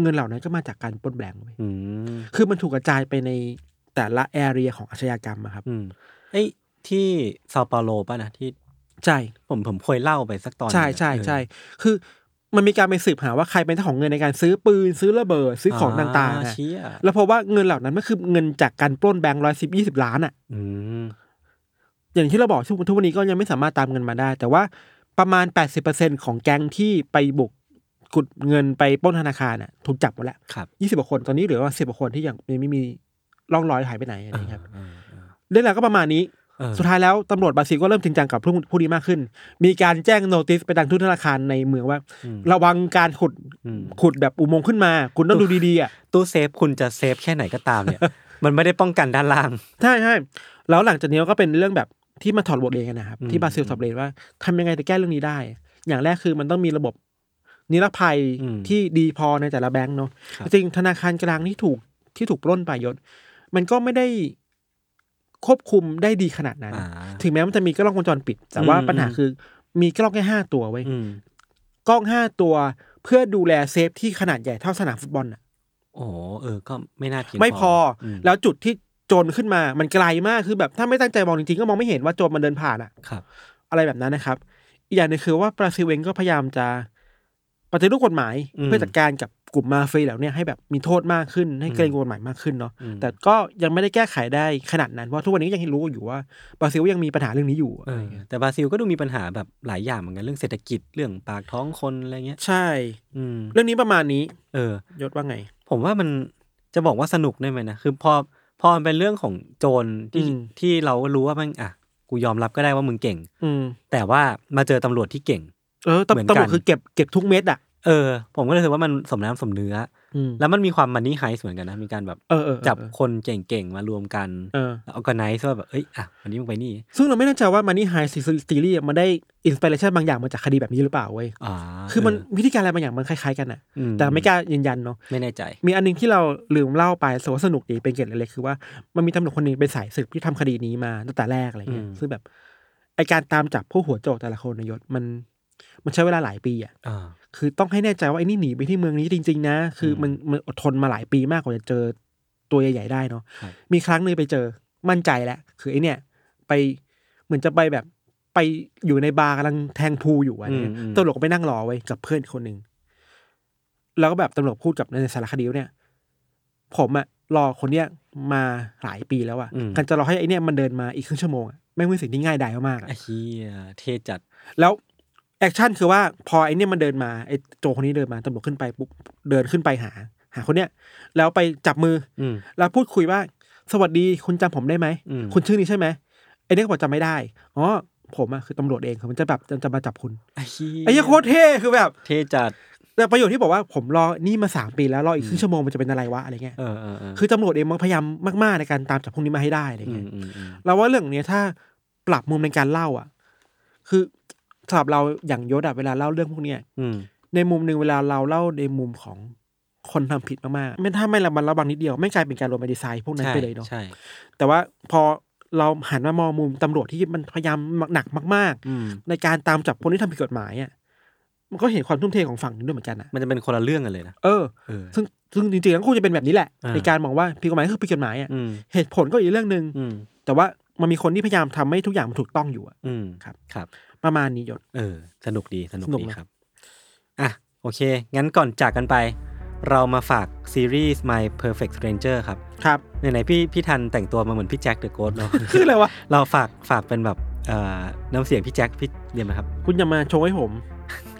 Speaker 3: เงินเหล่านั้นก็มาจากการปล้นแบงค์เว้ย
Speaker 2: อืม
Speaker 3: คือมันถูกกระจายไปในแต่ละแอเรียของอาชญากรรมอะครับ
Speaker 2: อืมไอ้ที่ซาเปาโลป่ะนะที่
Speaker 3: ใช่
Speaker 2: ผมผมเคยเล่าไปสักตอนหนึ่ง
Speaker 3: ใช่ใช่
Speaker 2: เออ
Speaker 3: ใช่ คือมันมีการไปสืบหาว่าใครเป็นเจ้าของเงินในการซื้อปืน ซื้อระเบิดซื้อของต่างๆอะ
Speaker 2: เชี่ย
Speaker 3: แล้วพบว่าเงินเหล่านั้นมันคือเงินจากการปล้นแบงค์ร้อยสิบยี่สิบล้านอะ
Speaker 2: อืม
Speaker 3: อย่างที่เราบอกทุกทุกวันนี้ก็ยังไม่สามารถตามเงินมาได้ แต่ว่าประมาณ 80%ของแก๊งที่ไปบุกกุดเงินไปปล้นธนาคารน่ะถูกจับหมดแล้ว
Speaker 2: ครับ
Speaker 3: 20กว่าคนตอนนี้เหลือว่า10กว่าคนที่ยังไม่มีร่องรอยหายไปไหนอะไรอย่างเงี้ยครับ
Speaker 2: เออเออ
Speaker 3: เรื่องราวก็ประมาณนี้
Speaker 2: เออ
Speaker 3: สุดท้ายแล้วตำรวจบราซิลก็เริ่มจริงจังกับผู้ผู้นี้มากขึ้น มีการแจ้งโนติสไปดังทุกธนาคารในเมืองว่า
Speaker 2: อืม
Speaker 3: ระวังการขุด
Speaker 2: อืม
Speaker 3: ขุดแบบอุโมงค์ขึ้นมา คุณต้องดูดีๆอ่ะ
Speaker 2: ตู้เซฟคุณจะเซฟแค่ไหนก็ตามเนี่ย มันไม่ได้ป้องกันด้านล่าง
Speaker 3: ใช่ใช่แล้วหลังจากนี้ก็เป็นเรื่องแบบที่มาถอดบทเรียนกันนะครับ
Speaker 2: อืม
Speaker 3: ที่บราซิลถอดบทเรียนว่าทำยังไงจะแก้เรื่องนี้ได้ อย่างแรกคือมันต้องมีระบบ นิรภัย
Speaker 2: อืม
Speaker 3: ที่ดีพอในแต่ละแบงก์เนาะ
Speaker 2: ครับ
Speaker 3: จริงๆธนาคารกลางที่ถูกที่ถูกปล้นไปยศ มันก็ไม่ได้ควบคุมได้ดีขนาดนั้น
Speaker 2: อ่า
Speaker 3: ถึงแม้มันจะมีกล้องวงจรปิด แต่ว่า
Speaker 2: อืม
Speaker 3: ปัญหาคือมีกล้องแค่ห้าตัวไว้ย
Speaker 2: อืม
Speaker 3: กล้องห้าตัวเพื่อดูแลเซฟที่ขนาดใหญ่เท่าสนามฟุตบอลน่ะ
Speaker 2: โอ้โหเออ ก็ไม่น่าเพียง
Speaker 3: ไม่พออ
Speaker 2: ม
Speaker 3: แล้วจุดที่โจรขึ้นมามันไกลมากคือแบบถ้าไม่ตั้งใจมองจริงๆก็มองไม่เห็นว่าโจรมันเดินผ่านอะ
Speaker 2: ครับ
Speaker 3: อะไรแบบนั้นนะครับ อีกอย่างหนึงคือว่าบราซิลเองก็พยายามจะปฏิรูปกฎหมาย
Speaker 2: อืม
Speaker 3: เพื่อจัดการกับกลุ่มมาเฟียเหล่าเนี้ยให้แบบมีโทษมากขึ้นให้
Speaker 2: อืม
Speaker 3: เกรงกฎหมายมากขึ้นเนาะ
Speaker 2: อืม
Speaker 3: แต่ก็ยังไม่ได้แก้ไขได้ขนาดนั้นเพราะทุกวันนี้ก็ยังรู้อยู่ว่าบราซิลยังมีปัญหาเรื่องนี้อยู่
Speaker 2: เออแต่บราซิลก็ดูมีปัญหาแบบหลายอย่างเหมือนกันเรื่องเศรษฐกิจเรื่องปากท้องคนอะไรเงี้ย
Speaker 3: ใช่
Speaker 2: อืม
Speaker 3: เรื่องนี้ประมาณนี้
Speaker 2: เออ
Speaker 3: ยศว่าไง
Speaker 2: ผมว่ามันจะบอกว่าสนุกได้ไหมนะ คือพอพอมันเป็นเรื่องของโจรที่
Speaker 3: อืม
Speaker 2: ที่เราก็รู้ว่ามันอ่ะ กูยอมรับก็ได้ว่ามึงเก่ง
Speaker 3: อืม
Speaker 2: แต่ว่ามาเจอตำรวจที่เก่ง
Speaker 3: เออ
Speaker 2: เหมือน
Speaker 3: ตำ
Speaker 2: กัน
Speaker 3: ตำรวจคือเก็บเก็บทุกเม็ดอ่ะ
Speaker 2: เออ ผมก็เลยรู้สึกว่ามันสมน้ำสมเนื้อ
Speaker 3: อืม
Speaker 2: แล้วมันมีความมันนี่ไฮส์เหมือนกันนะ มีการแบบ
Speaker 3: เออเออเออ
Speaker 2: จับคนเก่งๆ มารวมกัน
Speaker 3: เออ
Speaker 2: แล้วอ g a ไนซ์ว่าแบบ เอ้ย อ่ะ วันนี้มึงไปนี่
Speaker 3: ซึ่งเราไม่แน่ใจว่ามันนี่ไฮซีรีส์มันได้อินสปิเรชันบางอย่างมาจากคดีแบบนี้หรือเปล่าเว้ย
Speaker 2: อ่า
Speaker 3: คือมัน
Speaker 2: เ
Speaker 3: วิธีการอะไรบางอย่างมันคล้ายๆกันอะ
Speaker 2: อื
Speaker 3: แต่ไม่กล้ายืนยันเนาะ
Speaker 2: ไม่แน่ใจ
Speaker 3: มีอันหนึงที่เราลืมเล่าไปสวนสนุกดีเป็นเกร็ดเล็กๆคือว่ามันมีตำรวจคนหนึ่งเป็นสายสืบที่ทำคดีนี้มาตั้งแต่แรกอะไรเงี้ย
Speaker 2: อืม
Speaker 3: ซึ่งแบบไอการตามจับผู้หัวโจกแต่ละคนนายศมัน มันใช้เวลาหลายปีอะ
Speaker 2: อ่า
Speaker 3: คือต้องให้แน่ใจว่าไอ้นี่หนีไปที่เมืองนี้จริง ๆ นะ คืออ
Speaker 2: ม
Speaker 3: มันมันอดทนมาหลายปีมากกว่าจะเจอตัวใหญ่ๆได้เนาะ
Speaker 2: ครับ
Speaker 3: มีครั้งหนึ่งไปเจอมั่นใจแล้วคือไอเนี่ย ไปเหมือนจะไปแบบไปอยู่ในบาร์กำลังแทงพูลอยู่อะเนี่ย
Speaker 2: อืมอืม
Speaker 3: ตำรวจก็ไปนั่งรอไว้กับเพื่อนคนหนึ่ง แล้วก็แบบตำรวจพูดกับในสารคดีว่าเนี่ย ผมอะรอคนเนี้ยมาหลายปีแล้วอะ
Speaker 2: อืม
Speaker 3: การจะรอให้ไอเนี่ยมันเดินมาอีกครึ่งชั่วโมงอะไม่งเป็นสิ่งที่ง่ายดายมากๆอะ
Speaker 2: ไอ้เฮียเทจัด
Speaker 3: แล้วแอคชั่นคือว่าพอไอเนี่ยมันเดินมาไอโจคนนี้เดินมาตำรวจขึ้นไปปุ๊บเดินขึ้นไปหา หาคนเนี้ยแล้วไปจับมือ
Speaker 2: อืม
Speaker 3: แล้วพูดคุยว่า สวัสดีคุณจำผมได้ไหม
Speaker 2: อืม
Speaker 3: คุณชื่อนี้ใช่ไหมไอ้เนี่ยก็บอกจำไม่ได้อ๋อผมอะคือตำรวจเองผมจะแบบจะมาจับคุณ
Speaker 2: ไอ้เฮีย
Speaker 3: ไอ้เหี้ยโคตรเท่คือแบบ
Speaker 2: เทจัด
Speaker 3: แต่ประโยชน์ที่บอกว่าผมรอนี่มาสามปีแล้วรออีก
Speaker 2: อืม
Speaker 3: ครึ่งชั่วโมงมันจะเป็นอะไรวะอะไรเงี้ย
Speaker 2: เออเออเออ
Speaker 3: คือตำรวจเองมันพยายามมากๆในการตามจับพวกนี้มาให้ได้อะไร
Speaker 2: อื
Speaker 3: เงี้
Speaker 2: ม
Speaker 3: ย
Speaker 2: อืมอืม
Speaker 3: เราว่าเรื่องเนี้ยถ้าปรับมุมในการเล่าอ่ะ คือสำหรับเราอย่างยศอะเวลาเล่าเรื่องพวกเนี้ย
Speaker 2: อืม
Speaker 3: ในมุมหนึ่งเวลาเราเล่าในมุมของคนทำผิดมากๆไม่ถ้าไม่ระมัดระวังนิดเดียวไม่กลายเป็นการโรแมนติไซด์พวกนั้น
Speaker 2: ใช่
Speaker 3: ไปเลยเนาะ
Speaker 2: ใช่
Speaker 3: แต่ว่าพอเราหันมามองมุมตำรวจที่มันพยายามหนักมาก
Speaker 2: อืม
Speaker 3: ๆ ในการตามจับคนที่ทำผิดกฎหมายอ่ะมันก็เห็นความทุ่มเทของฝั่งนึงด้วยเหมือนกันอ่ะ
Speaker 2: มันจะเป็นคนละเรื่องกันเลยนะ
Speaker 3: เออ
Speaker 2: เออ
Speaker 3: ซึ่งซึ่งจริงๆแล้วควรจะเป็นแบบนี้แหละ
Speaker 2: อ่า
Speaker 3: ในการมองว่าผิดกฎหมายก็คือผิดกฎหมายอ่ะ
Speaker 2: อืม
Speaker 3: เหตุผลก็อีกเรื่องหนึ่ง
Speaker 2: อืม
Speaker 3: แต่ว่ามันมีคนที่พยายามทำให้ทุกอย่างมันถูกต้องอยู่อะ
Speaker 2: อืม
Speaker 3: ครับ
Speaker 2: ครับ
Speaker 3: ประมาณนี้ยศ
Speaker 2: เออ สนุกดีสนุก
Speaker 3: สนุก
Speaker 2: ดี
Speaker 3: นะ
Speaker 2: ครับ อ่ะ โอเค งั้นก่อนจากกันไป เรามาฝากซีรีส์ My Perfect Stranger ครับ
Speaker 3: ครับ
Speaker 2: ไหนๆพี่พี่ทันแต่งตัวมาเหมือนพี่แจ็คเดอะโกสเนาะ
Speaker 3: คืออะไรวะ
Speaker 2: เราฝากฝากเป็นแบบเอ่อน้ำเสียงพี่แจ็คพี่เรียนไหมครับ
Speaker 3: คุณอย่ามาโชว์ให้ผม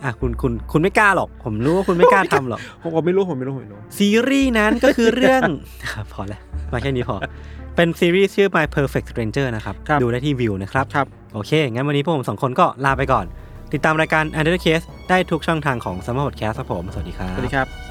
Speaker 2: อ่ะคุณคุณคุณไม่กล้าหรอก ผมรู้ว่าคุณไม่กล้าทำหรอก
Speaker 3: ผมผมไม่รู้ผมไม่รู้ผมไม่รู้
Speaker 2: ซีรีส์นั้นก็คือเรื่อง พอแล้วมาแค่นี้พอ เป็นซีรีส์ชื่อ My Perfect Stranger นะครับ
Speaker 3: ครับ
Speaker 2: ดูได้ที่วิวนะครับ
Speaker 3: ครับ
Speaker 2: โอเค งั้นวันนี้พวกผมสองคนก็ลาไปก่อน ติดตามรายการ u n d e r Case ได้ทุกช่องทางของ s u m m e r Podcast ครับผม สวัสดีครับ
Speaker 3: สวัสดีครับ
Speaker 2: ครับ